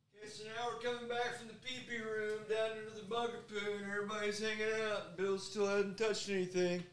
[SPEAKER 2] Okay, so now we're coming back from the pee-pee room down into the bugger poo and everybody's hanging out. Bill still hasn't touched anything.